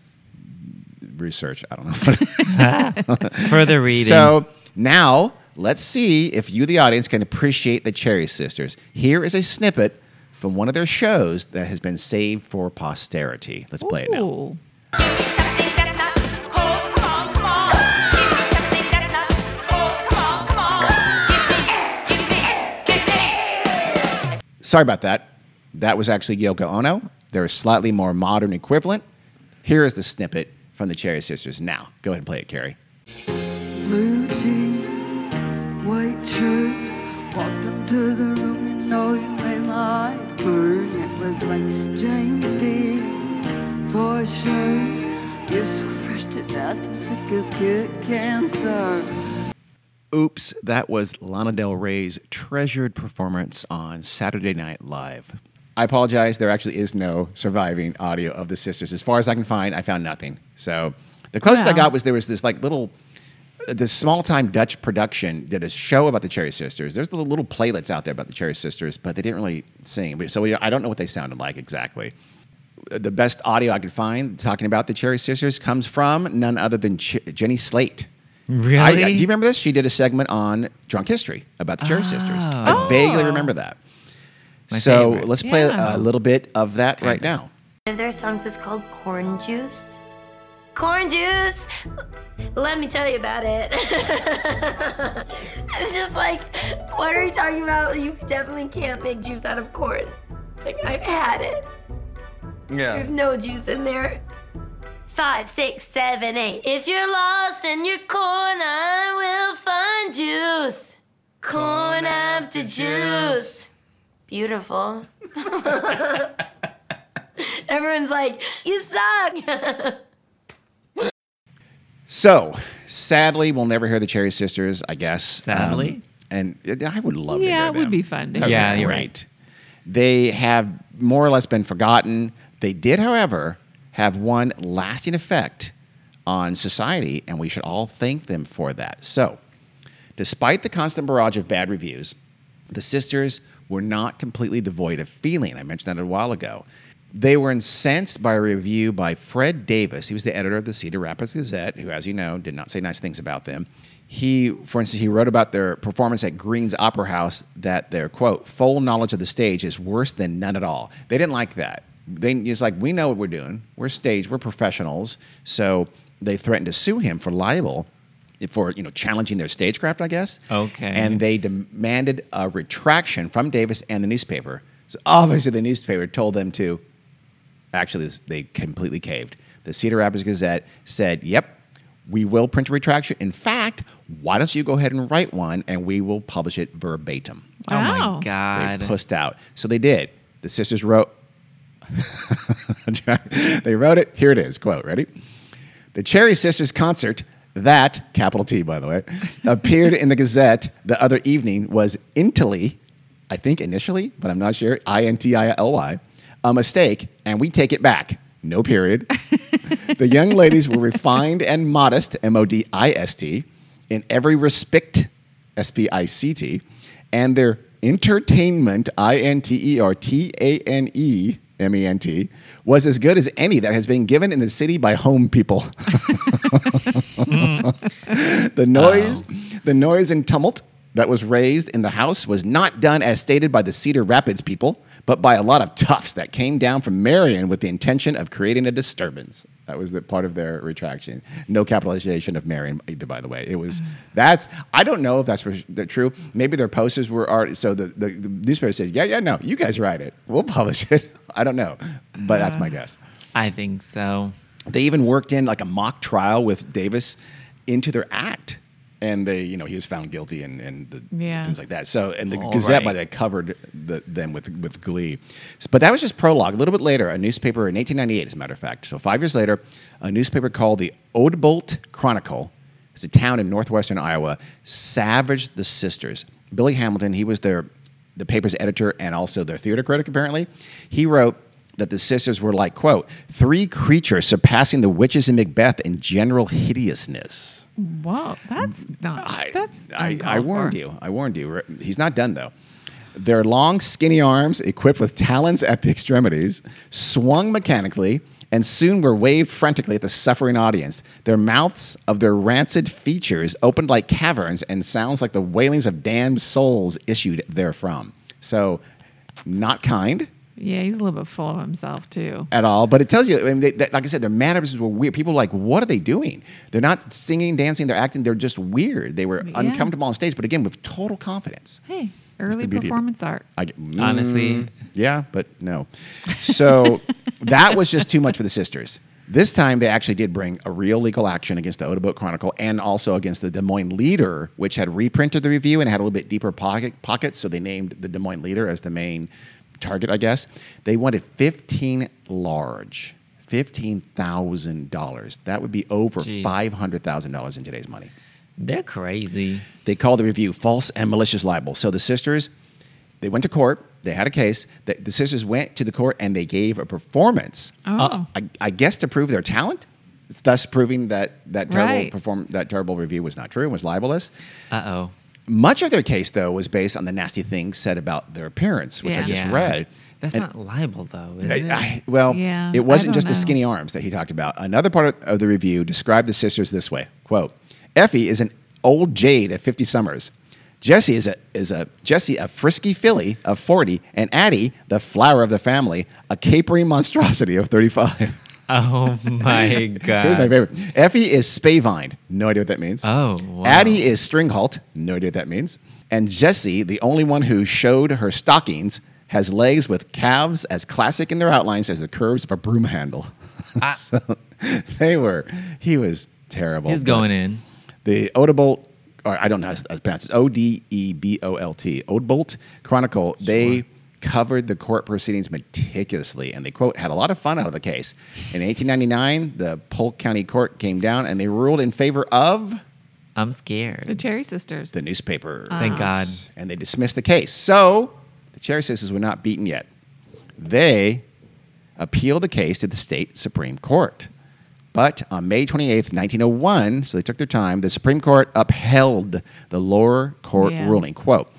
[SPEAKER 2] research. I don't know.
[SPEAKER 3] Further reading.
[SPEAKER 2] so now let's see if you, the audience, can appreciate the Cherry Sisters. Here is a snippet from one of their shows that has been saved for posterity. Let's play it now.
[SPEAKER 1] Ooh.
[SPEAKER 4] Give me something that's not cold, come on, come on. Give me something that's not cold, come on, come on. Give me, give me, give me.
[SPEAKER 2] Sorry about that. That was actually Yoko Ono. They're a slightly more modern equivalent. Here is the snippet from the Cherry Sisters. Now, go ahead and play it, Carrie.
[SPEAKER 5] blue jeans, white shirt. Walked into the room, you know you made my eyes burn. It was like James Dean for sure. You're so fresh to death, and sick as kid cancer.
[SPEAKER 2] Oops, that was Lana Del Rey's treasured performance on Saturday Night Live. I apologize, there actually is no surviving audio of the sisters. As far as I can find, I found nothing. So the closest I
[SPEAKER 1] Well.
[SPEAKER 2] got was there was this like little this small time Dutch production did a show about the Cherry Sisters. There's the little playlets out there about the Cherry Sisters, but they didn't really sing. So we, I don't know what they sounded like exactly. The best audio I could find talking about the Cherry Sisters comes from none other than Ch- Jenny Slate.
[SPEAKER 3] really? Ah.
[SPEAKER 2] I, I- do you remember this? She did a segment on Drunk History about the Cherry Sisters. I vaguely
[SPEAKER 1] Oh.
[SPEAKER 2] remember that.
[SPEAKER 3] My
[SPEAKER 2] so
[SPEAKER 3] favorite.
[SPEAKER 2] let's play
[SPEAKER 1] Yeah.
[SPEAKER 2] a little bit of that right now.
[SPEAKER 6] One of their songs was called Corn Juice. Corn Juice! Let me tell you about it. I was just like, what are you talking about? You definitely can't make juice out of corn. Like, I've had it. There's no juice in there. Five, six, seven, eight. If you're lost in your corn, I will find juice. Corn after juice. Beautiful. Everyone's like, you suck.
[SPEAKER 2] So sadly, we'll never hear the Cherry Sisters, I guess.
[SPEAKER 3] Sadly?
[SPEAKER 2] Um, and I would love to hear
[SPEAKER 1] Yeah, it would
[SPEAKER 2] them.
[SPEAKER 1] be fun to
[SPEAKER 2] That would
[SPEAKER 1] hear.
[SPEAKER 3] Yeah,
[SPEAKER 2] be
[SPEAKER 3] you're
[SPEAKER 2] great.
[SPEAKER 3] right.
[SPEAKER 2] They have more or less been forgotten. They did, however, have one lasting effect on society, and we should all thank them for that. So, despite the constant barrage of bad reviews, the sisters were not completely devoid of feeling. I mentioned that a while ago. They were incensed by a review by Fred Davis. He was the editor of the Cedar Rapids Gazette, who, as you know, did not say nice things about them. He, for instance, he wrote about their performance at Green's Opera House that their quote, full knowledge of the stage is worse than none at all. They didn't like that. They it's like, we know what we're doing. We're stage, we're professionals. So they threatened to sue him for libel for you know challenging their stagecraft, I guess.
[SPEAKER 3] Okay.
[SPEAKER 2] And they demanded a retraction from Davis and the newspaper. So obviously, the newspaper told them to. Actually, this- they completely caved. The Cedar Rapids Gazette said, "Yep, we will print a retraction. In fact, why don't you go ahead and write one, and we will publish it verbatim."
[SPEAKER 3] Oh
[SPEAKER 1] Wow.
[SPEAKER 3] my
[SPEAKER 2] They
[SPEAKER 3] god.
[SPEAKER 2] pussed out. So they did. The sisters wrote. they wrote it. Here it is. Quote. Ready? The Cherry Sisters concert that capital T by the way appeared in the Gazette the other evening was intily, I think initially, but I'm not sure. I N T I L Y, a mistake, and we take it back. No period. the young ladies were refined and modest. M O D I S T in every respect. S P I C T, and their entertainment, I N T E R T A N E M E N T, was as good as any that has been given in the city by home people. the noise, the noise and tumult that was raised in the house was not done as stated by the Cedar Rapids people, but by a lot of toughs that came down from Marion with the intention of creating a disturbance. That was the part of their retraction. No capitalization of Marion either, by the way. It was that's I don't know if that's for, that true. Maybe their posters were already so the, the, the newspaper says, yeah, yeah, no, you guys write it. We'll publish it. I don't know, but that's my guess.
[SPEAKER 3] I think so.
[SPEAKER 2] They even worked in like a mock trial with Davis into their act. and they, you know, he was found guilty and and the,
[SPEAKER 1] Yeah.
[SPEAKER 2] things like that. So and the
[SPEAKER 3] All
[SPEAKER 2] Gazette by
[SPEAKER 3] right.
[SPEAKER 2] that covered the, them with with glee, S- but that was just prologue. A little bit later, a newspaper in 1898, as a matter of fact. So five years later, a newspaper called the Odebolt Chronicle, it's a town in northwestern Iowa, savaged the sisters. Billy Hamilton, he was their the paper's editor and also their theater critic. Apparently, he wrote that the sisters were like quote three creatures surpassing the witches in Macbeth in general hideousness.
[SPEAKER 1] Whoa, that's not.
[SPEAKER 2] I,
[SPEAKER 1] that's
[SPEAKER 2] I, I
[SPEAKER 1] uncalled
[SPEAKER 2] warned
[SPEAKER 1] for.
[SPEAKER 2] you. I warned you. He's not done though. Their long, skinny arms, equipped with talons at the extremities, swung mechanically and soon were waved frantically at the suffering audience. Their mouths of their rancid features opened like caverns, and sounds like the wailings of damned souls issued therefrom. So, not kind
[SPEAKER 1] Yeah, he's a little bit full of himself too.
[SPEAKER 2] at all. But it tells you, I mean, they, that, like I said, their mannerisms were weird. People were like, what are they doing? They're not singing, dancing, they're acting. They're just weird. They were
[SPEAKER 1] Yeah.
[SPEAKER 2] uncomfortable on stage, but again, with total confidence.
[SPEAKER 1] Hey,
[SPEAKER 2] That's the
[SPEAKER 1] early
[SPEAKER 2] beauty of it.
[SPEAKER 1] performance art.
[SPEAKER 2] I, g- mm,
[SPEAKER 3] Honestly.
[SPEAKER 2] yeah, but no. So that was just too much for the sisters. This time, they actually did bring a real legal action against the Odeboat Chronicle and also against the Des Moines Leader, which had reprinted the review and had a little bit deeper pocket, pockets. So they named the Des Moines Leader as the main target, I guess. They wanted 15 large, $15,000. That would be over
[SPEAKER 3] Jeez.
[SPEAKER 2] $500,000 in today's money
[SPEAKER 3] They're crazy.
[SPEAKER 2] they called the review false and malicious libel. So the sisters, they went to court. They had a case. The, the sisters went to the court and they gave a performance. Uh,
[SPEAKER 1] Oh,
[SPEAKER 2] I, I guess to prove their talent, thus proving that that terrible
[SPEAKER 1] Right.
[SPEAKER 2] perform that terrible review was not true and was libelous.
[SPEAKER 3] Uh oh.
[SPEAKER 2] Much of their case, though, was based on the nasty things said about their appearance, which I
[SPEAKER 1] Yeah.
[SPEAKER 2] just
[SPEAKER 3] Yeah.
[SPEAKER 2] read.
[SPEAKER 3] That's
[SPEAKER 2] And-
[SPEAKER 3] not libel though, is
[SPEAKER 2] I-
[SPEAKER 3] it?
[SPEAKER 2] I- well,
[SPEAKER 1] Yeah, I
[SPEAKER 2] it wasn't
[SPEAKER 1] don't
[SPEAKER 2] just the
[SPEAKER 1] know.
[SPEAKER 2] skinny arms that he talked about. Another part of, of the review described the sisters this way: "Quote, Effie is an old jade at 50 summers. Jesse is a is a Jesse a frisky filly of 40, and Addie, the flower of the family, a capering monstrosity of 35."
[SPEAKER 3] oh my
[SPEAKER 2] Here's my
[SPEAKER 3] god.
[SPEAKER 2] favorite. Effie is spavined. No idea what that means.
[SPEAKER 3] Uh, Oh, wow.
[SPEAKER 2] Addie is stringhalt. No idea what that means. And Jessie, the only one who showed her stockings, has legs with calves as classic in their outlines as the curves of a broom handle.
[SPEAKER 3] I-
[SPEAKER 2] so they were. He was terrible.
[SPEAKER 3] He's
[SPEAKER 2] but
[SPEAKER 3] going in.
[SPEAKER 2] The Odebolt. Or I don't know how to pronounce it. O D E B O L T. Odebolt Chronicle. They covered the court proceedings meticulously, and they quote had a lot of fun out of the case. In 1899, the Polk County Court came down and they ruled in favor of
[SPEAKER 3] I'm
[SPEAKER 1] the
[SPEAKER 3] scared.
[SPEAKER 1] Cherry Sisters.
[SPEAKER 2] the newspaper.
[SPEAKER 3] Thank God.
[SPEAKER 2] And they dismissed the case. So the Cherry Sisters were not beaten yet. They appealed the case to the state Supreme Court. But on May 28th, 1901, so they took their time, the Supreme Court upheld the lower court
[SPEAKER 1] Yeah.
[SPEAKER 2] ruling. Quote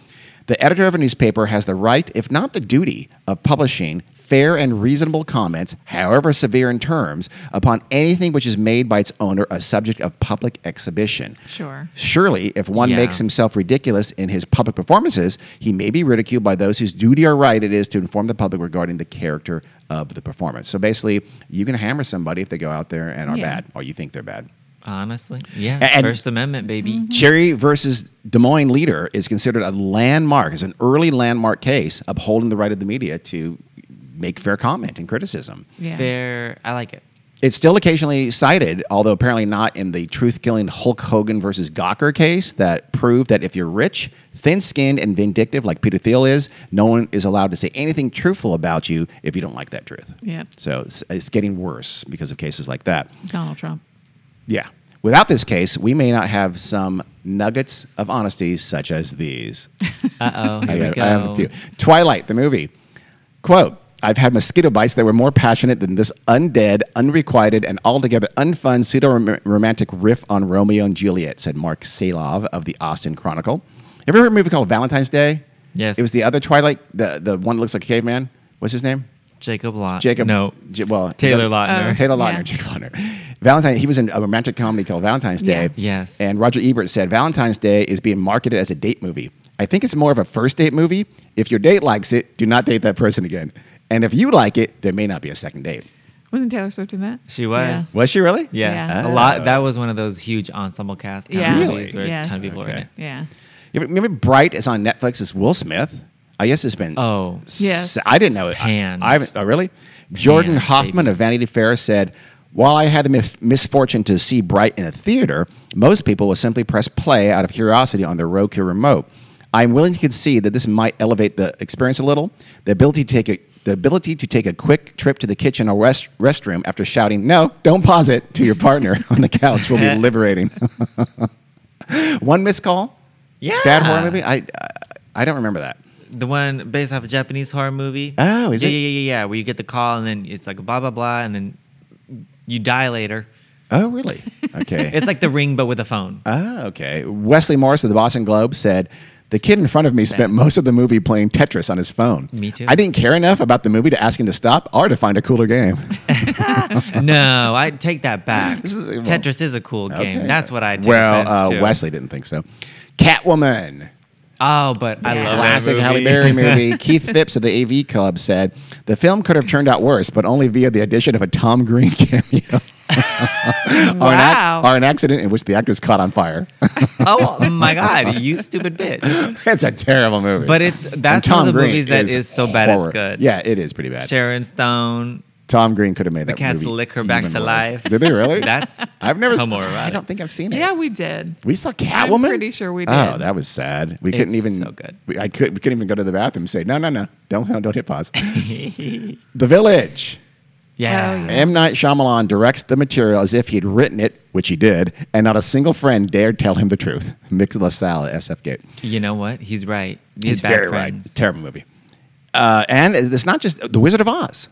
[SPEAKER 2] The editor of a newspaper has the right, if not the duty, of publishing fair and reasonable comments, however severe in terms, upon anything which is made by its owner a subject of public exhibition.
[SPEAKER 1] Sure.
[SPEAKER 2] Surely, if one
[SPEAKER 3] Yeah.
[SPEAKER 2] makes himself ridiculous in his public performances, he may be ridiculed by those whose duty or right it is to inform the public regarding the character of the performance. So basically, you can hammer somebody if they go out there and are
[SPEAKER 1] Yeah.
[SPEAKER 2] bad, or you think they're bad.
[SPEAKER 3] Honestly. Yeah.
[SPEAKER 2] And-
[SPEAKER 3] First Amendment, baby.
[SPEAKER 1] Mm-hmm.
[SPEAKER 2] Cherry versus Des Moines Leader is considered a landmark, is an early landmark case upholding the right of the media to make fair comment and criticism.
[SPEAKER 1] yeah.
[SPEAKER 3] Fair. I like it.
[SPEAKER 2] It's still occasionally cited, although apparently not in the truth killing Hulk Hogan versus Gawker case that proved that if you're rich, thin skinned, and vindictive like Peter Thiel is, no one is allowed to say anything truthful about you if you don't like that truth.
[SPEAKER 1] Yep.
[SPEAKER 2] So it's, it's getting worse because of cases like that.
[SPEAKER 1] Donald Trump.
[SPEAKER 2] Yeah. Without this case, we may not have some nuggets of honesty such as these.
[SPEAKER 3] Uh oh. Here
[SPEAKER 2] I,
[SPEAKER 3] we
[SPEAKER 2] got-
[SPEAKER 3] go.
[SPEAKER 2] I have a few. Twilight, the movie. Quote I've had mosquito bites that were more passionate than this undead, unrequited, and altogether unfun pseudo romantic riff on Romeo and Juliet, said Mark Salov of the Austin Chronicle. Ever heard of a movie called Valentine's Day?
[SPEAKER 3] Yes.
[SPEAKER 2] It was the other Twilight, the, the one that looks like a caveman. What's his name?
[SPEAKER 3] Jacob Lot.
[SPEAKER 2] Jacob.
[SPEAKER 3] No.
[SPEAKER 2] J- well,
[SPEAKER 3] Taylor
[SPEAKER 2] is that-
[SPEAKER 3] Lautner.
[SPEAKER 1] Oh.
[SPEAKER 2] Taylor
[SPEAKER 1] Yeah.
[SPEAKER 2] Lautner, Jacob Lautner. Valentine. He was in a romantic comedy called Valentine's
[SPEAKER 1] Yeah.
[SPEAKER 2] Day.
[SPEAKER 3] Yes.
[SPEAKER 2] And Roger Ebert said Valentine's Day is being marketed as a date movie. I think it's more of a first date movie. If your date likes it, do not date that person again. And if you like it, there may not be a second date.
[SPEAKER 1] Wasn't Taylor Swift in that?
[SPEAKER 3] She was.
[SPEAKER 2] Was she really?
[SPEAKER 3] Yes.
[SPEAKER 1] Yeah.
[SPEAKER 3] A lot. That was one of those huge ensemble cast kind
[SPEAKER 1] Yeah.
[SPEAKER 3] of
[SPEAKER 1] Really?
[SPEAKER 3] movies where
[SPEAKER 1] Yes.
[SPEAKER 3] a ton of people were in
[SPEAKER 2] Okay.
[SPEAKER 3] it.
[SPEAKER 1] Yeah.
[SPEAKER 2] You ever- Remember Bright is on Netflix. It's Will Smith. I guess it's been.
[SPEAKER 3] Oh.
[SPEAKER 2] s-
[SPEAKER 1] Yes.
[SPEAKER 2] I didn't know it. I-
[SPEAKER 3] Panned.
[SPEAKER 2] I, haven't. Oh, really? Jordan
[SPEAKER 3] Panned,
[SPEAKER 2] Hoffman
[SPEAKER 3] baby.
[SPEAKER 2] of Vanity Fair said, While I had the mis- misfortune to see Bright in a theater, most people will simply press play out of curiosity on their Roku remote. I'm willing to concede that this might elevate the experience a little. The ability to take a, the ability to take a quick trip to the kitchen or rest, restroom after shouting "No, don't pause it" to your partner on the couch will be liberating. One missed call,
[SPEAKER 3] Yeah.
[SPEAKER 2] bad horror movie. I, I I don't remember that.
[SPEAKER 3] The one based off a Japanese horror movie.
[SPEAKER 2] Oh, is
[SPEAKER 3] yeah,
[SPEAKER 2] it?
[SPEAKER 3] Yeah, yeah, yeah. Where you get the call and then it's like blah blah blah, and then you die later.
[SPEAKER 2] Oh, really? Okay.
[SPEAKER 3] It's like the ring, but with a phone.
[SPEAKER 2] Ah, okay. Wesley Morris of the Boston Globe said, the kid in front of me spent most of the movie playing Tetris on his phone.
[SPEAKER 3] Me too.
[SPEAKER 2] I didn't care enough about the movie to ask him to stop or to find a cooler game.
[SPEAKER 3] no, I take that back.
[SPEAKER 2] Uh-huh. This is- well,
[SPEAKER 3] Tetris is a cool game.
[SPEAKER 2] Okay.
[SPEAKER 3] That's what I take
[SPEAKER 2] Well,
[SPEAKER 3] offense
[SPEAKER 2] uh,
[SPEAKER 3] to.
[SPEAKER 2] Wesley didn't think so. Catwoman,
[SPEAKER 3] Oh, but I love
[SPEAKER 2] classic
[SPEAKER 3] that
[SPEAKER 2] Halle
[SPEAKER 3] movie.
[SPEAKER 2] Berry movie. Keith Phipps of the AV Club said, the film could have turned out worse, but only via the addition of a Tom Green cameo or, an
[SPEAKER 1] Wow.
[SPEAKER 2] ac- or an accident in which the actor is caught on fire.
[SPEAKER 3] oh my god, you stupid bitch.
[SPEAKER 2] it's a terrible movie.
[SPEAKER 3] But it's
[SPEAKER 2] And
[SPEAKER 3] that's one of the
[SPEAKER 2] Green
[SPEAKER 3] movies that is, so bad
[SPEAKER 2] horror.
[SPEAKER 3] it's good.
[SPEAKER 2] Yeah, it is pretty bad.
[SPEAKER 3] Sharon Stone.
[SPEAKER 2] Tom Green could have made
[SPEAKER 3] The
[SPEAKER 2] that
[SPEAKER 3] cats
[SPEAKER 2] movie
[SPEAKER 3] lick her back
[SPEAKER 2] even
[SPEAKER 3] to
[SPEAKER 2] worse.
[SPEAKER 3] life.
[SPEAKER 2] Did they really?
[SPEAKER 3] That's
[SPEAKER 2] I've never. Seen,
[SPEAKER 3] homoerotic.
[SPEAKER 2] I don't think I've seen it.
[SPEAKER 1] Yeah, we did.
[SPEAKER 2] we saw Catwoman.
[SPEAKER 1] pretty sure we
[SPEAKER 2] Oh,
[SPEAKER 1] did.
[SPEAKER 2] that was sad. We couldn't
[SPEAKER 3] It's
[SPEAKER 2] even.
[SPEAKER 3] so good.
[SPEAKER 2] We, I could, we couldn't even go to the bathroom and say no, no, no. Don't don't hit pause. the Village.
[SPEAKER 1] Oh, yeah.
[SPEAKER 3] Yeah.
[SPEAKER 2] M. Night Shyamalan directs the material as if he'd written it, which he did, and not a single friend dared tell him the truth. Mick LaSalle, SF Gate.
[SPEAKER 3] You know what? He's right. He's,
[SPEAKER 2] He's
[SPEAKER 3] bad
[SPEAKER 2] very
[SPEAKER 3] friends.
[SPEAKER 2] right. Terrible movie. Uh, and it's not just The Wizard of Oz.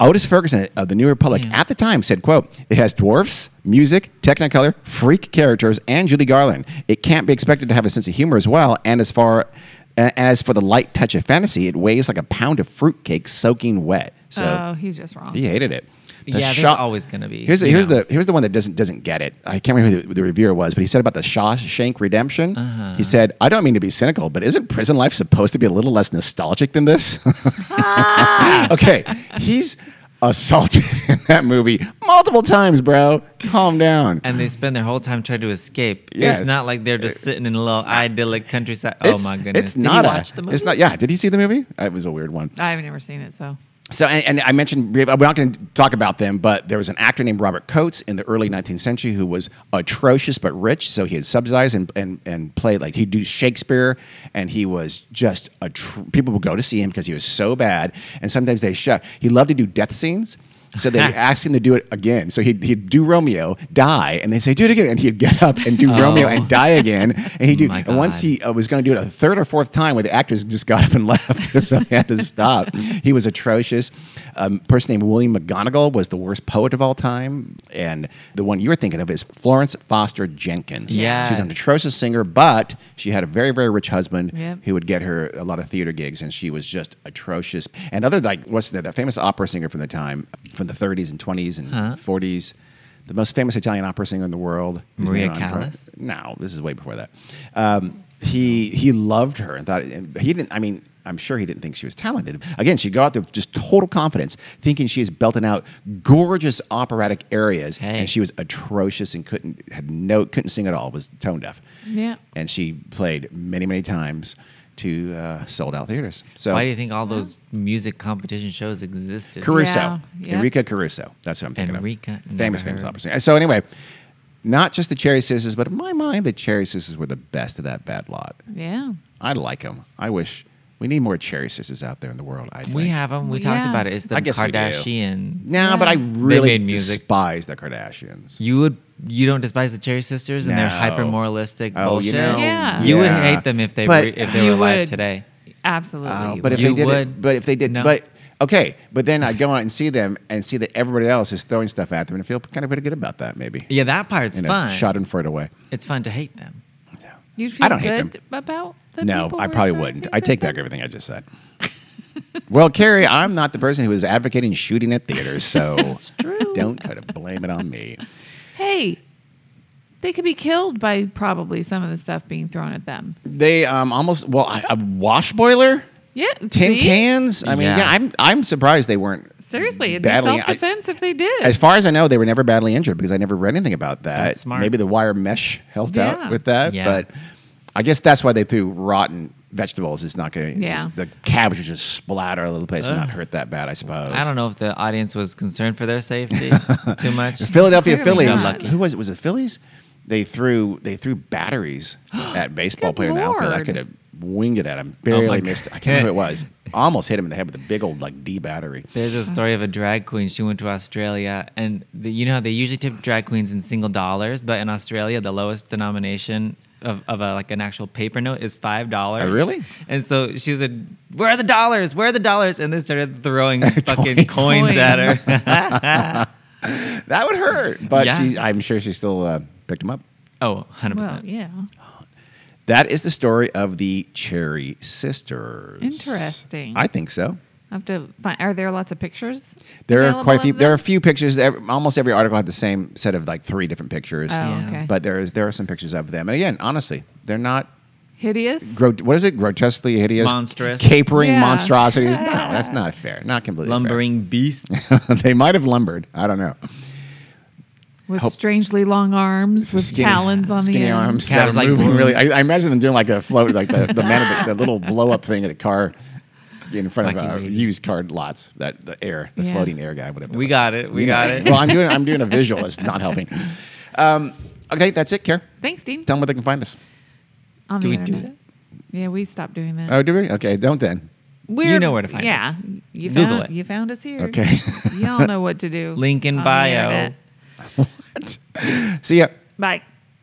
[SPEAKER 2] Otis Ferguson of the New Republic
[SPEAKER 3] Yeah.
[SPEAKER 2] at the time said, quote, it has dwarfs, music, technicolor, freak characters, and Judy Garland. It can't be expected to have a sense of humor as well. And as far a- as for the light touch of fantasy, it weighs like a pound of fruitcake soaking wet. So
[SPEAKER 1] oh, he's just wrong.
[SPEAKER 2] he hated it.
[SPEAKER 3] Yeah, there's
[SPEAKER 2] Shaw-
[SPEAKER 3] always gonna be,
[SPEAKER 2] Here's the,
[SPEAKER 3] you
[SPEAKER 2] here's
[SPEAKER 3] know.
[SPEAKER 2] the here's the one that doesn't doesn't get it. I can't remember who the, the reviewer was, but he said about the Shawshank Redemption.
[SPEAKER 3] Uh-huh.
[SPEAKER 2] He said, "I don't mean to be cynical, but isn't prison life supposed to be a little less nostalgic than this?" okay, he's assaulted in that movie multiple times, bro. Calm down.
[SPEAKER 3] And they spend their whole time trying to escape.
[SPEAKER 2] Yes. Uh,
[SPEAKER 3] It's not like they're just sitting in a little idyllic countryside. Oh
[SPEAKER 2] It's-
[SPEAKER 3] my goodness.
[SPEAKER 2] It's
[SPEAKER 3] Did
[SPEAKER 2] not
[SPEAKER 3] you
[SPEAKER 2] a-
[SPEAKER 3] watch the movie?
[SPEAKER 2] It's not. Yeah. Did he see the movie? It was a weird one.
[SPEAKER 1] I've never seen it, so
[SPEAKER 2] So, and, and I mentioned, we're not going to talk about them, but there was an actor named Robert Coates in the early 19th century who was atrocious but rich. So he had subsidized and, and, and played, like, he'd do Shakespeare, and he was just, a tr- people would go to see him because he was so bad. And sometimes they shut. He loved to do death scenes. So they asked him to do it again. So he'd, he'd do Romeo, die, and they say, do it again. And he'd get up and do Romeo and die again. And he'd do,
[SPEAKER 3] My
[SPEAKER 2] and once
[SPEAKER 3] God.
[SPEAKER 2] he uh, was going to do it a third or fourth time where the actors just got up and left. so he had to stop. He was atrocious. A um, person named William McGonagall was the worst poet of all time. And the one you were thinking of is Florence Foster Jenkins.
[SPEAKER 3] Yes.
[SPEAKER 2] She's an atrocious singer, but she had a very, very rich husband
[SPEAKER 1] Yep.
[SPEAKER 2] who would get her a lot of theater gigs, and she was just atrocious. And other, like, what's that, that famous opera singer from the time, from the 30s and 20s and 40s. The most famous Italian opera singer in the world, whose
[SPEAKER 3] Maria
[SPEAKER 2] name I'm pro-
[SPEAKER 3] Callas?
[SPEAKER 2] no, this is way before that. Um, he he loved her and thought and he didn't. I mean, I'm sure he didn't think she was talented. Again, she'd go out there with just total confidence, thinking she is belting out gorgeous operatic areas,
[SPEAKER 3] Hey.
[SPEAKER 2] and she was atrocious and couldn't had no couldn't sing at all. Was tone deaf.
[SPEAKER 1] Yeah.
[SPEAKER 2] and she played many many times to uh, sold out theaters. So
[SPEAKER 3] Why do you think all those music competition shows existed?
[SPEAKER 2] Caruso.
[SPEAKER 1] Yeah, yeah.
[SPEAKER 2] Enrica Caruso. That's what I'm thinking
[SPEAKER 3] Enrica,
[SPEAKER 2] of. Famous,
[SPEAKER 3] never
[SPEAKER 2] famous
[SPEAKER 3] heard.
[SPEAKER 2] opera singer. So anyway, not just the Cherry Sisters, but in my mind, the Cherry Sisters were the best of that bad lot.
[SPEAKER 1] yeah.
[SPEAKER 2] I like them. I wish we need more Cherry Sisters out there in the world. I think.
[SPEAKER 3] We have them. We
[SPEAKER 1] Well,
[SPEAKER 3] talked
[SPEAKER 1] yeah.
[SPEAKER 3] about it. It's the
[SPEAKER 2] I guess we do.
[SPEAKER 3] Kardashian.
[SPEAKER 2] No, but I really
[SPEAKER 3] made music.
[SPEAKER 2] despise the Kardashians.
[SPEAKER 3] You would. You don't despise the Cherry Sisters and their
[SPEAKER 2] No.
[SPEAKER 3] hyper moralistic
[SPEAKER 2] Oh,
[SPEAKER 3] bullshit.
[SPEAKER 2] you know,
[SPEAKER 1] Yeah.
[SPEAKER 3] You would
[SPEAKER 2] yeah.
[SPEAKER 3] hate them if they
[SPEAKER 2] But-
[SPEAKER 3] were if they
[SPEAKER 1] You
[SPEAKER 3] were alive
[SPEAKER 1] would.
[SPEAKER 3] today.
[SPEAKER 1] Absolutely.
[SPEAKER 2] Oh,
[SPEAKER 1] you
[SPEAKER 2] but if
[SPEAKER 1] would.
[SPEAKER 2] they
[SPEAKER 3] You
[SPEAKER 2] did, it,
[SPEAKER 3] would.
[SPEAKER 2] but if they did,
[SPEAKER 3] No.
[SPEAKER 2] but okay, but then I go out and see them and see that everybody else is throwing stuff at them and I feel kind of pretty good about that maybe.
[SPEAKER 3] Yeah, that part's
[SPEAKER 2] in
[SPEAKER 3] fun.
[SPEAKER 2] a shot and fart away.
[SPEAKER 3] It's fun to hate them.
[SPEAKER 1] you'd feel
[SPEAKER 2] I don't hate
[SPEAKER 1] good
[SPEAKER 2] them.
[SPEAKER 1] about the
[SPEAKER 2] No,
[SPEAKER 1] people
[SPEAKER 2] I
[SPEAKER 1] we're
[SPEAKER 2] probably
[SPEAKER 1] talking
[SPEAKER 2] wouldn't. I take back
[SPEAKER 1] about?
[SPEAKER 2] everything I just said. well, Carrie, I'm not the person who is advocating shooting at theaters, so
[SPEAKER 1] true.
[SPEAKER 2] don't try to blame it on me.
[SPEAKER 1] Hey, they could be killed by probably some of the stuff being thrown at them.
[SPEAKER 2] They um, almost well, I, a wash boiler,
[SPEAKER 1] Yeah,
[SPEAKER 2] tin
[SPEAKER 1] see?
[SPEAKER 2] cans. I mean, yeah.
[SPEAKER 3] Yeah.
[SPEAKER 2] I'm I'm surprised they weren't.
[SPEAKER 1] Seriously, it'd
[SPEAKER 2] Badly, I-
[SPEAKER 1] be self-defense if they did.
[SPEAKER 2] As far as I know, they were never badly injured because I never read anything about that.
[SPEAKER 3] That's smart.
[SPEAKER 2] Maybe the wire mesh helped
[SPEAKER 1] Yeah.
[SPEAKER 2] out with that,
[SPEAKER 3] Yeah.
[SPEAKER 2] but I guess that's why they threw rotten vegetables. It's not going to.
[SPEAKER 1] Yeah.
[SPEAKER 2] the cabbage would just splatter all over the place and not hurt that bad, I suppose.
[SPEAKER 3] I don't know if the audience was concerned for their safety too much.
[SPEAKER 2] Philadelphia
[SPEAKER 1] Clearly
[SPEAKER 2] Phillies.
[SPEAKER 3] not lucky.
[SPEAKER 2] Who was it? Was it Phillies? They threw they threw batteries at baseball
[SPEAKER 1] Good
[SPEAKER 2] player in the outfield. I
[SPEAKER 1] Lord.
[SPEAKER 2] could have winged it at him. Barely
[SPEAKER 3] God.
[SPEAKER 2] missed. It. I can't remember who it was. Almost hit him in the head with a big old like D battery.
[SPEAKER 3] There's a story of a drag queen. She went to Australia, and the, you know how they usually tip drag queens in single dollars, but in Australia, the lowest denomination of, of a, like an actual paper note is five dollars.
[SPEAKER 2] Oh, really?
[SPEAKER 3] And so she was like, "Where are the dollars? Where are the dollars?" And they started throwing fucking coins,
[SPEAKER 2] Coins.
[SPEAKER 3] at her.
[SPEAKER 2] That would hurt. But
[SPEAKER 3] Yeah.
[SPEAKER 2] she, I'm sure she still uh, picked him up.
[SPEAKER 3] oh, 100
[SPEAKER 1] Well,
[SPEAKER 3] percent.
[SPEAKER 1] yeah.
[SPEAKER 2] That is the story of the Cherry Sisters.
[SPEAKER 1] Interesting.
[SPEAKER 2] I think so.
[SPEAKER 1] I have to find. Are there lots of pictures?
[SPEAKER 2] There are
[SPEAKER 1] available
[SPEAKER 2] quite a few.
[SPEAKER 1] of
[SPEAKER 2] There are a
[SPEAKER 1] them?
[SPEAKER 2] few pictures. Every, almost every article had the same set of like three different pictures.
[SPEAKER 1] Oh, okay.
[SPEAKER 2] But there is there are some pictures of them. And again, honestly, they're not
[SPEAKER 1] hideous.
[SPEAKER 2] gro- what is it? Grotesquely hideous,
[SPEAKER 3] Monstrous.
[SPEAKER 2] capering
[SPEAKER 1] Yeah.
[SPEAKER 2] monstrosities. No, that's not fair. Not completely fair.
[SPEAKER 3] Lumbering beast.
[SPEAKER 2] they might have lumbered. I don't know.
[SPEAKER 1] with
[SPEAKER 2] Hope-
[SPEAKER 1] strangely long arms with
[SPEAKER 2] Skinny-
[SPEAKER 1] talons on
[SPEAKER 2] skinny
[SPEAKER 1] the end.
[SPEAKER 2] arms. that
[SPEAKER 3] Calves
[SPEAKER 2] are
[SPEAKER 3] like
[SPEAKER 2] moving
[SPEAKER 3] balloons.
[SPEAKER 2] really. I, I imagine them doing like a float, like the the man, of the, the little blow up thing at a car in front
[SPEAKER 3] Fucking
[SPEAKER 2] of uh,
[SPEAKER 3] idiot.
[SPEAKER 2] used car lots. That the air, the
[SPEAKER 1] Yeah.
[SPEAKER 2] floating air guy. Whatever.
[SPEAKER 3] We got it. We
[SPEAKER 2] You know,
[SPEAKER 3] got it.
[SPEAKER 2] Well, I'm doing I'm doing a visual. It's not helping. Um, okay, that's it, Care.
[SPEAKER 1] Thanks, Dean.
[SPEAKER 2] Tell them where they can find us.
[SPEAKER 1] on
[SPEAKER 3] Do
[SPEAKER 1] the
[SPEAKER 3] we do Uh,
[SPEAKER 1] internet. Yeah, we stopped doing that.
[SPEAKER 2] Oh, do we? Okay, don't then.
[SPEAKER 1] We're,
[SPEAKER 3] know where to find
[SPEAKER 1] yeah,
[SPEAKER 3] us.
[SPEAKER 1] you
[SPEAKER 3] Google
[SPEAKER 1] found,
[SPEAKER 3] it.
[SPEAKER 1] You found us here.
[SPEAKER 2] Okay.
[SPEAKER 1] Y'all know what to do.
[SPEAKER 3] Link in
[SPEAKER 1] on the
[SPEAKER 3] bio.
[SPEAKER 1] internet.
[SPEAKER 2] See ya.
[SPEAKER 1] Bye.